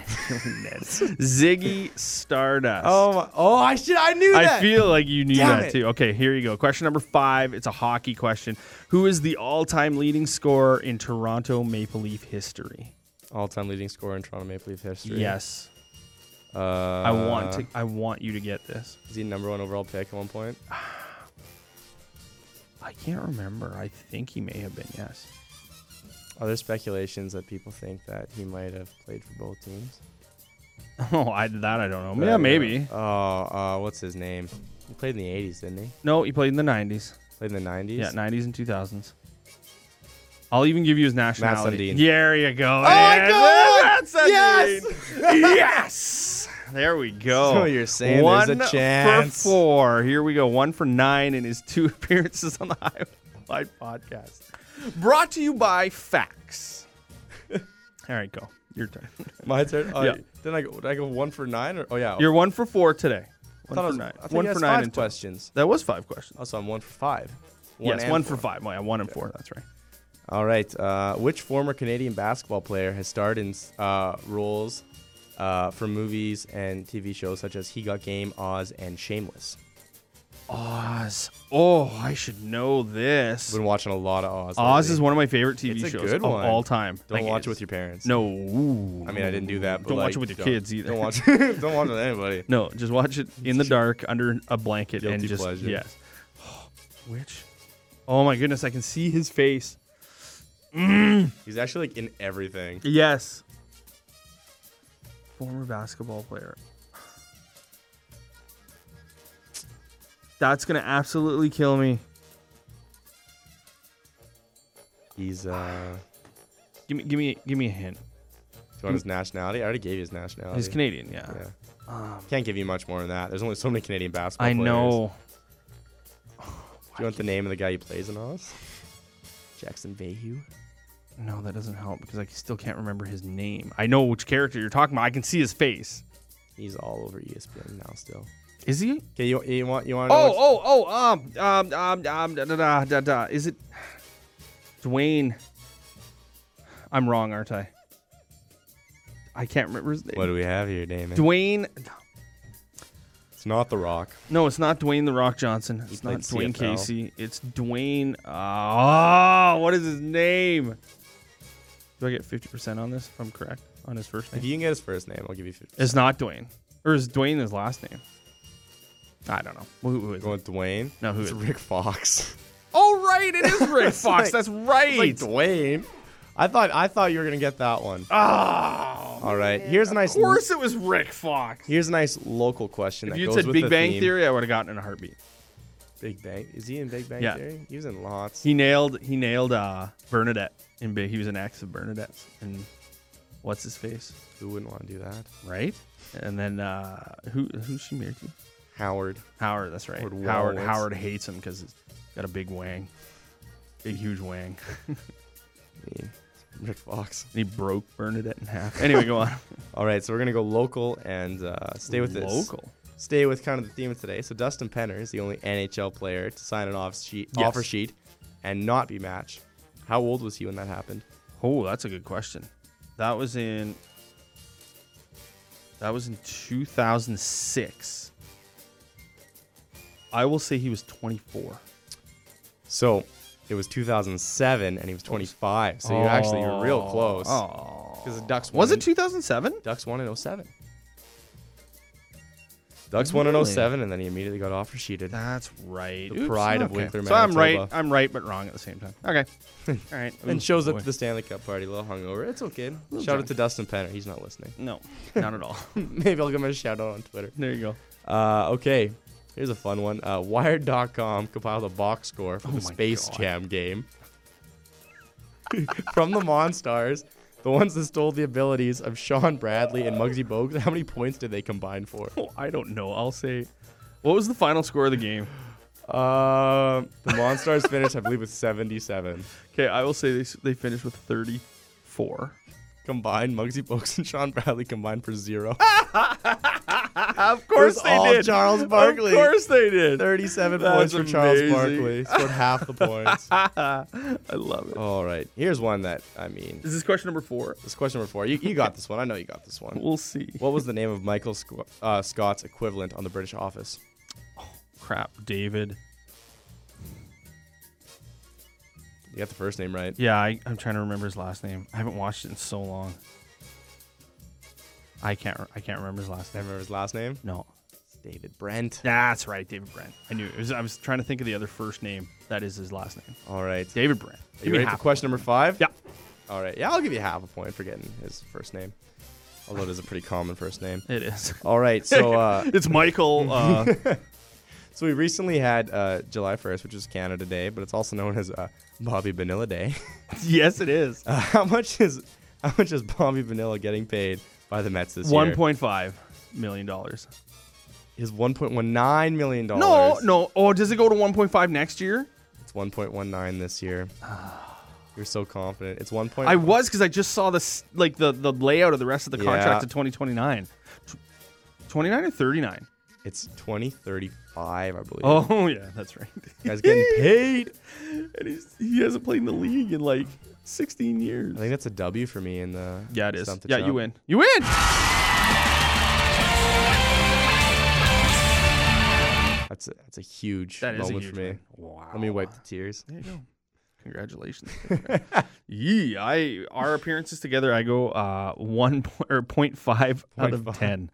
S1: Ziggy Stardust.
S5: Oh, my, oh! I should. I knew that.
S1: I feel like you knew
S5: Damn
S1: that
S5: it.
S1: too. Okay, here you go. Question number five. It's a hockey question. Who is the all-time leading scorer in Toronto Maple Leaf history?
S5: all-time leading scorer in Toronto Maple Leaf history.
S1: Yes,
S5: Uh,
S1: I want to. I want you to get this.
S5: Is he number one overall pick at one point?
S1: I can't remember. I think he may have been. Yes.
S5: Are there speculations that people think that he might have played for both teams?
S1: Oh, I, that I don't know.
S5: But I
S1: yeah,
S5: don't know.
S1: maybe.
S5: Oh, uh, what's his name? He played in the '80s, didn't he?
S1: No, he played in the '90s.
S5: Played in the '90s.
S1: Yeah, '90s and 2000s. I'll even give you his nationality.
S5: Sundin.
S1: There you go. Oh
S5: my God!
S1: yes! yes! There we go.
S5: So you're saying
S1: One
S5: there's a chance.
S1: for four. Here we go. One for nine in his two appearances on the High Live podcast. Brought to you by Facts. All right, go. Your turn.
S5: My turn. Oh,
S1: Yeah.
S5: Then I go. Did I go one for nine? Or oh yeah.
S1: You're one for four today. One
S5: I thought
S1: for
S5: I was-
S1: nine.
S5: I think
S1: one
S5: that's
S1: for nine
S5: five
S1: and questions.
S5: questions.
S1: That was five questions.
S5: Also, I'm one for five.
S1: yes,
S5: and
S1: one
S5: four.
S1: for five. Well, yeah, one and four. That's right.
S5: All right. Uh, which former Canadian basketball player has starred in uh, roles uh, for movies and TV shows such as He Got Game, Oz, and Shameless?
S1: Oz. Oh, I should know this.
S5: Been watching a lot of Oz.
S1: Oz
S5: lately.
S1: is one of my favorite TV
S5: It's a
S1: shows
S5: good
S1: of
S5: one.
S1: all time.
S5: Don't
S1: Like,
S5: watch it
S1: it's-
S5: with your parents.
S1: No. Ooh.
S5: I mean I didn't do that. But
S1: Don't watch
S5: like,
S1: it with your
S5: don't-
S1: kids either.
S5: Don't watch. don't watch it with anybody.
S1: No, just watch it in the dark under a blanket and
S5: Guilty
S1: just
S5: pleasure.
S1: yes. Which? Oh my goodness, I can see his face.
S5: He's actually like in everything.
S1: Yes. Former basketball player. That's gonna absolutely kill me.
S5: He's. uh
S1: Give me, give me, give me a hint.
S5: Do you want his nationality? I already gave you his nationality.
S1: He's Canadian, yeah.
S5: Yeah. Can't give you much more than that. There's only so many Canadian basketball
S1: I
S5: players.
S1: know.
S5: Do you want the name of the guy who plays in Oz? Jackson Vayhew.
S1: No, that doesn't help because I still can't remember his name. I know which character you're talking about. I can see his face.
S5: He's all over E ESPN now still.
S1: Is he?
S5: Okay, you, you want you want to
S1: Oh,
S5: know
S1: oh, oh, um, um, um, um, da, da, da, da, da. Is it Dwayne? I'm wrong, aren't I? I can't remember his name.
S5: what do we have here, Damon?
S1: Dwayne.
S5: it's not The Rock.
S1: No, it's not Dwayne The Rock Johnson. It's not
S5: played
S1: Dwayne
S5: CFL.
S1: Casey. It's Dwayne. Ah, what is his name? Do I get 50% on this if I'm correct on his first name?
S5: If you can get his first name, I'll give you 50.
S1: It's not Dwayne. Or is Dwayne his last name? I don't know. Who, who is
S5: Going
S1: it?
S5: with Dwayne?
S1: No, who
S5: It's
S1: is it?
S5: Rick Fox.
S1: Oh, right. It is Rick
S5: It's
S1: Fox.
S5: like-
S1: That's
S5: It's
S1: right.
S5: like Dwayne. I thought I thought you were gonna get that one.
S1: oh,
S5: All right, here's a nice
S1: of course it was Rick Fox.
S5: here's a nice local question
S1: If
S5: that
S1: you'd
S5: goes
S1: said
S5: with
S1: Big
S5: the
S1: Bang
S5: theme.
S1: Theory, I would have gotten in a heartbeat.
S5: Big Bang is he in Big Bang
S1: Yeah.
S5: Theory? He was in lots.
S1: He nailed he nailed uh, Bernadette in Big. He was an ex of Bernadette's. And what's his face?
S5: Who wouldn't want to do that?
S1: Right? And then uh, who who's she married to?
S5: Howard.
S1: Howard, that's right.
S5: Howard
S1: Howard
S5: Wolowitz.
S1: Howard hates him because he's got a big wang. Big huge wang.
S5: Me. Rick Fox.
S1: And he broke Bernadette in half. Anyway, go on.
S5: All right, so we're gonna go local and uh, stay with this.
S1: Local.
S5: Stay with kind of the theme of today. So Dustin Penner is the only NHL player to sign an off sheet,
S1: Yes.
S5: offer sheet and not be matched. How old was he when that happened?
S1: Oh, that's a good question. That was in That was in 2006. I will say he was 24.
S5: So it was 2007, and he was 25. So you actually you were real close.
S1: Oh.
S5: Because the Ducks won
S1: Was
S5: in-
S1: it 2007?
S5: Ducks won in 07. Ducks won in 07, and then he immediately got offer sheeted.
S1: That's right.
S5: The pride of Winkler,
S1: So I'm right.
S5: Manitoba.
S1: I'm right, but wrong at the same time. Okay. All right.
S5: And shows up
S1: boy.
S5: to the Stanley Cup party, a little hungover. It's okay. Shout out to Dustin Penner. He's not listening.
S1: No, not at all.
S5: Maybe I'll give him a shout out on Twitter.
S1: there you go.
S5: Uh, okay, here's a fun one. Uh, Wired.com compiled a box score for the
S1: Oh my
S5: Space
S1: God.
S5: Jam game from the Monstars, the ones that stole the abilities of Sean Bradley and Muggsy Bogues. How many points did they combine for?
S1: Oh, I don't know. I'll say. What was the final score of the game? Uh,
S5: Um, the Monstars finished, I believe, with 77.
S1: Okay, I will say they s- they finished with 34.
S5: Combined, Muggsy Bogues and Sean Bradley combined for zero.
S1: Of course
S5: they did. Of
S1: Of course
S5: course
S1: they did.
S5: 37
S1: That's
S5: points for Charles
S1: amazing.
S5: Barkley. Scored half the points.
S1: I love it.
S5: All right, here's one that I mean.
S1: Is this question number four?
S5: This is question number four. You, you got this one. I know you got this one.
S1: We'll see.
S5: What was the name of Michael Squ- uh, Scott's equivalent on the British office?
S1: Crap, David.
S5: You got the first name right.
S1: Yeah, I, I'm trying to remember his last name. I haven't watched it in so long. I can't. re- I can't remember his last
S5: I
S1: name.
S5: remember his last name.
S1: No.
S5: It's David Brent.
S1: That's right, David Brent. I knew it. It was, I was trying to think of the other first name. That is his last name.
S5: All right. Are
S1: David Brent. Give
S5: you
S1: me
S5: ready for
S1: half.
S5: question number five?
S1: Yeah.
S5: All right. Yeah, I'll give you half a point for getting his first name. Although it is a pretty common first name.
S1: It is.
S5: All right. So uh,
S1: It's Michael. Uh,
S5: so we recently had uh, July 1st, which is Canada Day, but it's also known as uh, Bobby Vanilla Day.
S1: yes, it is.
S5: Uh, how much is how much is Bobby Vanilla getting paid by the Mets this year?
S1: One point five million dollars.
S5: His 1.19 million
S1: No,
S5: dollars.
S1: no. Oh, does it go to one point five next year?
S5: It's 1.19 this year. You're so confident. It's 1.
S1: I was because I just saw this like the the layout of the rest of the
S5: Yeah.
S1: contract to twenty twenty nine. Twenty nine or thirty nine?
S5: It's 2035, I believe.
S1: Oh yeah, that's right.
S5: You guys getting paid.
S1: and he's, he hasn't played in the league in like sixteen years.
S5: I think that's a W for me in the.
S1: Yeah, it is.
S5: Stump the
S1: Yeah, you
S5: Chump.
S1: win. You win.
S5: That's a, that's a huge
S1: That is a
S5: moment
S1: huge
S5: for me.
S1: win. Wow.
S5: Let me wipe the tears.
S1: There you go. Congratulations. Yee, I our appearances together, I go uh one po- or 0.5 out of
S5: 0.5.
S1: ten.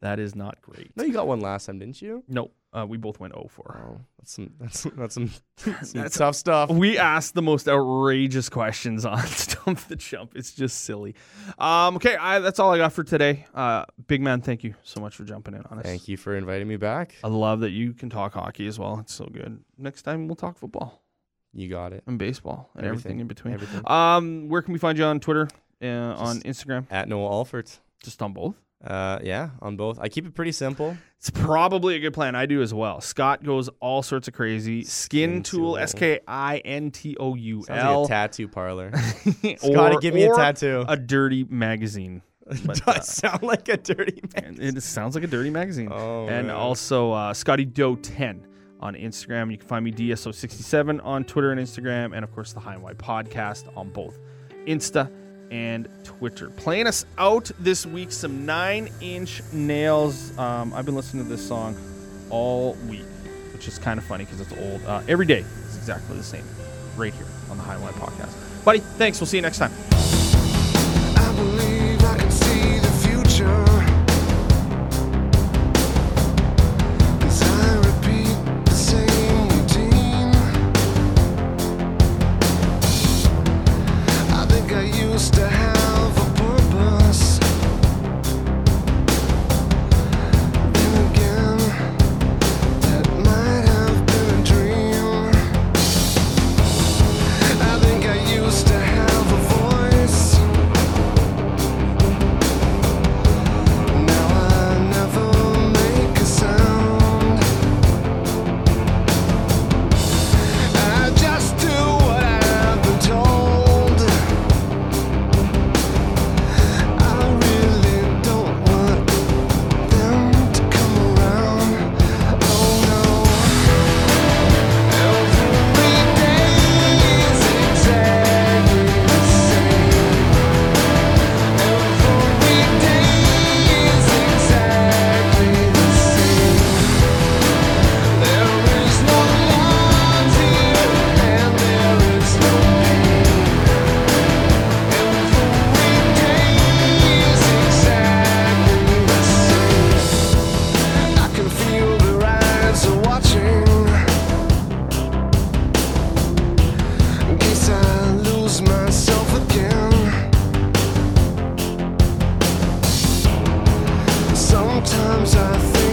S1: That is not great.
S5: No, you got one last time, didn't you?
S1: No, uh, we both went 0 for.
S5: Oh, that's some that's that's some, some tough stuff.
S1: We asked the most outrageous questions on Stump the Chump. It's just silly. Um, okay, I, that's all I got for today. Uh, big man, thank you so much for jumping in on us.
S5: Thank you for inviting me back.
S1: I love that you can talk hockey as well. It's so good. Next time we'll talk football
S5: You got it.
S1: and baseball and everything,
S5: Everything.
S1: in between.
S5: Everything.
S1: Um, where can we find you on Twitter, uh, on Instagram?
S5: At Noah Alford.
S1: Just on both.
S5: Uh, yeah, on both. I keep it pretty simple.
S1: It's probably a good plan. I do as well. Scott goes all sorts of crazy. Skin,
S5: Skin
S1: Tool,
S5: Tool.
S1: S K I N T O U
S5: Sounds like
S1: L.
S5: a tattoo parlor.
S1: Or-
S5: Scotty, give me a
S1: or
S5: tattoo.
S1: A dirty magazine. But, uh,
S5: Does sound like a dirty man.
S1: it sounds like a dirty magazine.
S5: Oh,
S1: and
S5: man.
S1: also uh, Scotty Doe 10 on Instagram. You can find me DSO67 on Twitter and Instagram, and of course the High and Wide podcast on both Insta and Twitter. Playing us out this week, some nine inch nails. Um, I've been listening to this song all week, which is kind of funny because it's old. Uh, every day, it's exactly the same right here on the High and Wide podcast. Buddy, thanks. We'll see you next time.
S9: I believe I can see the future. As I repeat the same routine. I think I used to have a purpose. Then again, that might have been a dream. I think I used to have a voice. Sometimes I think. Oh,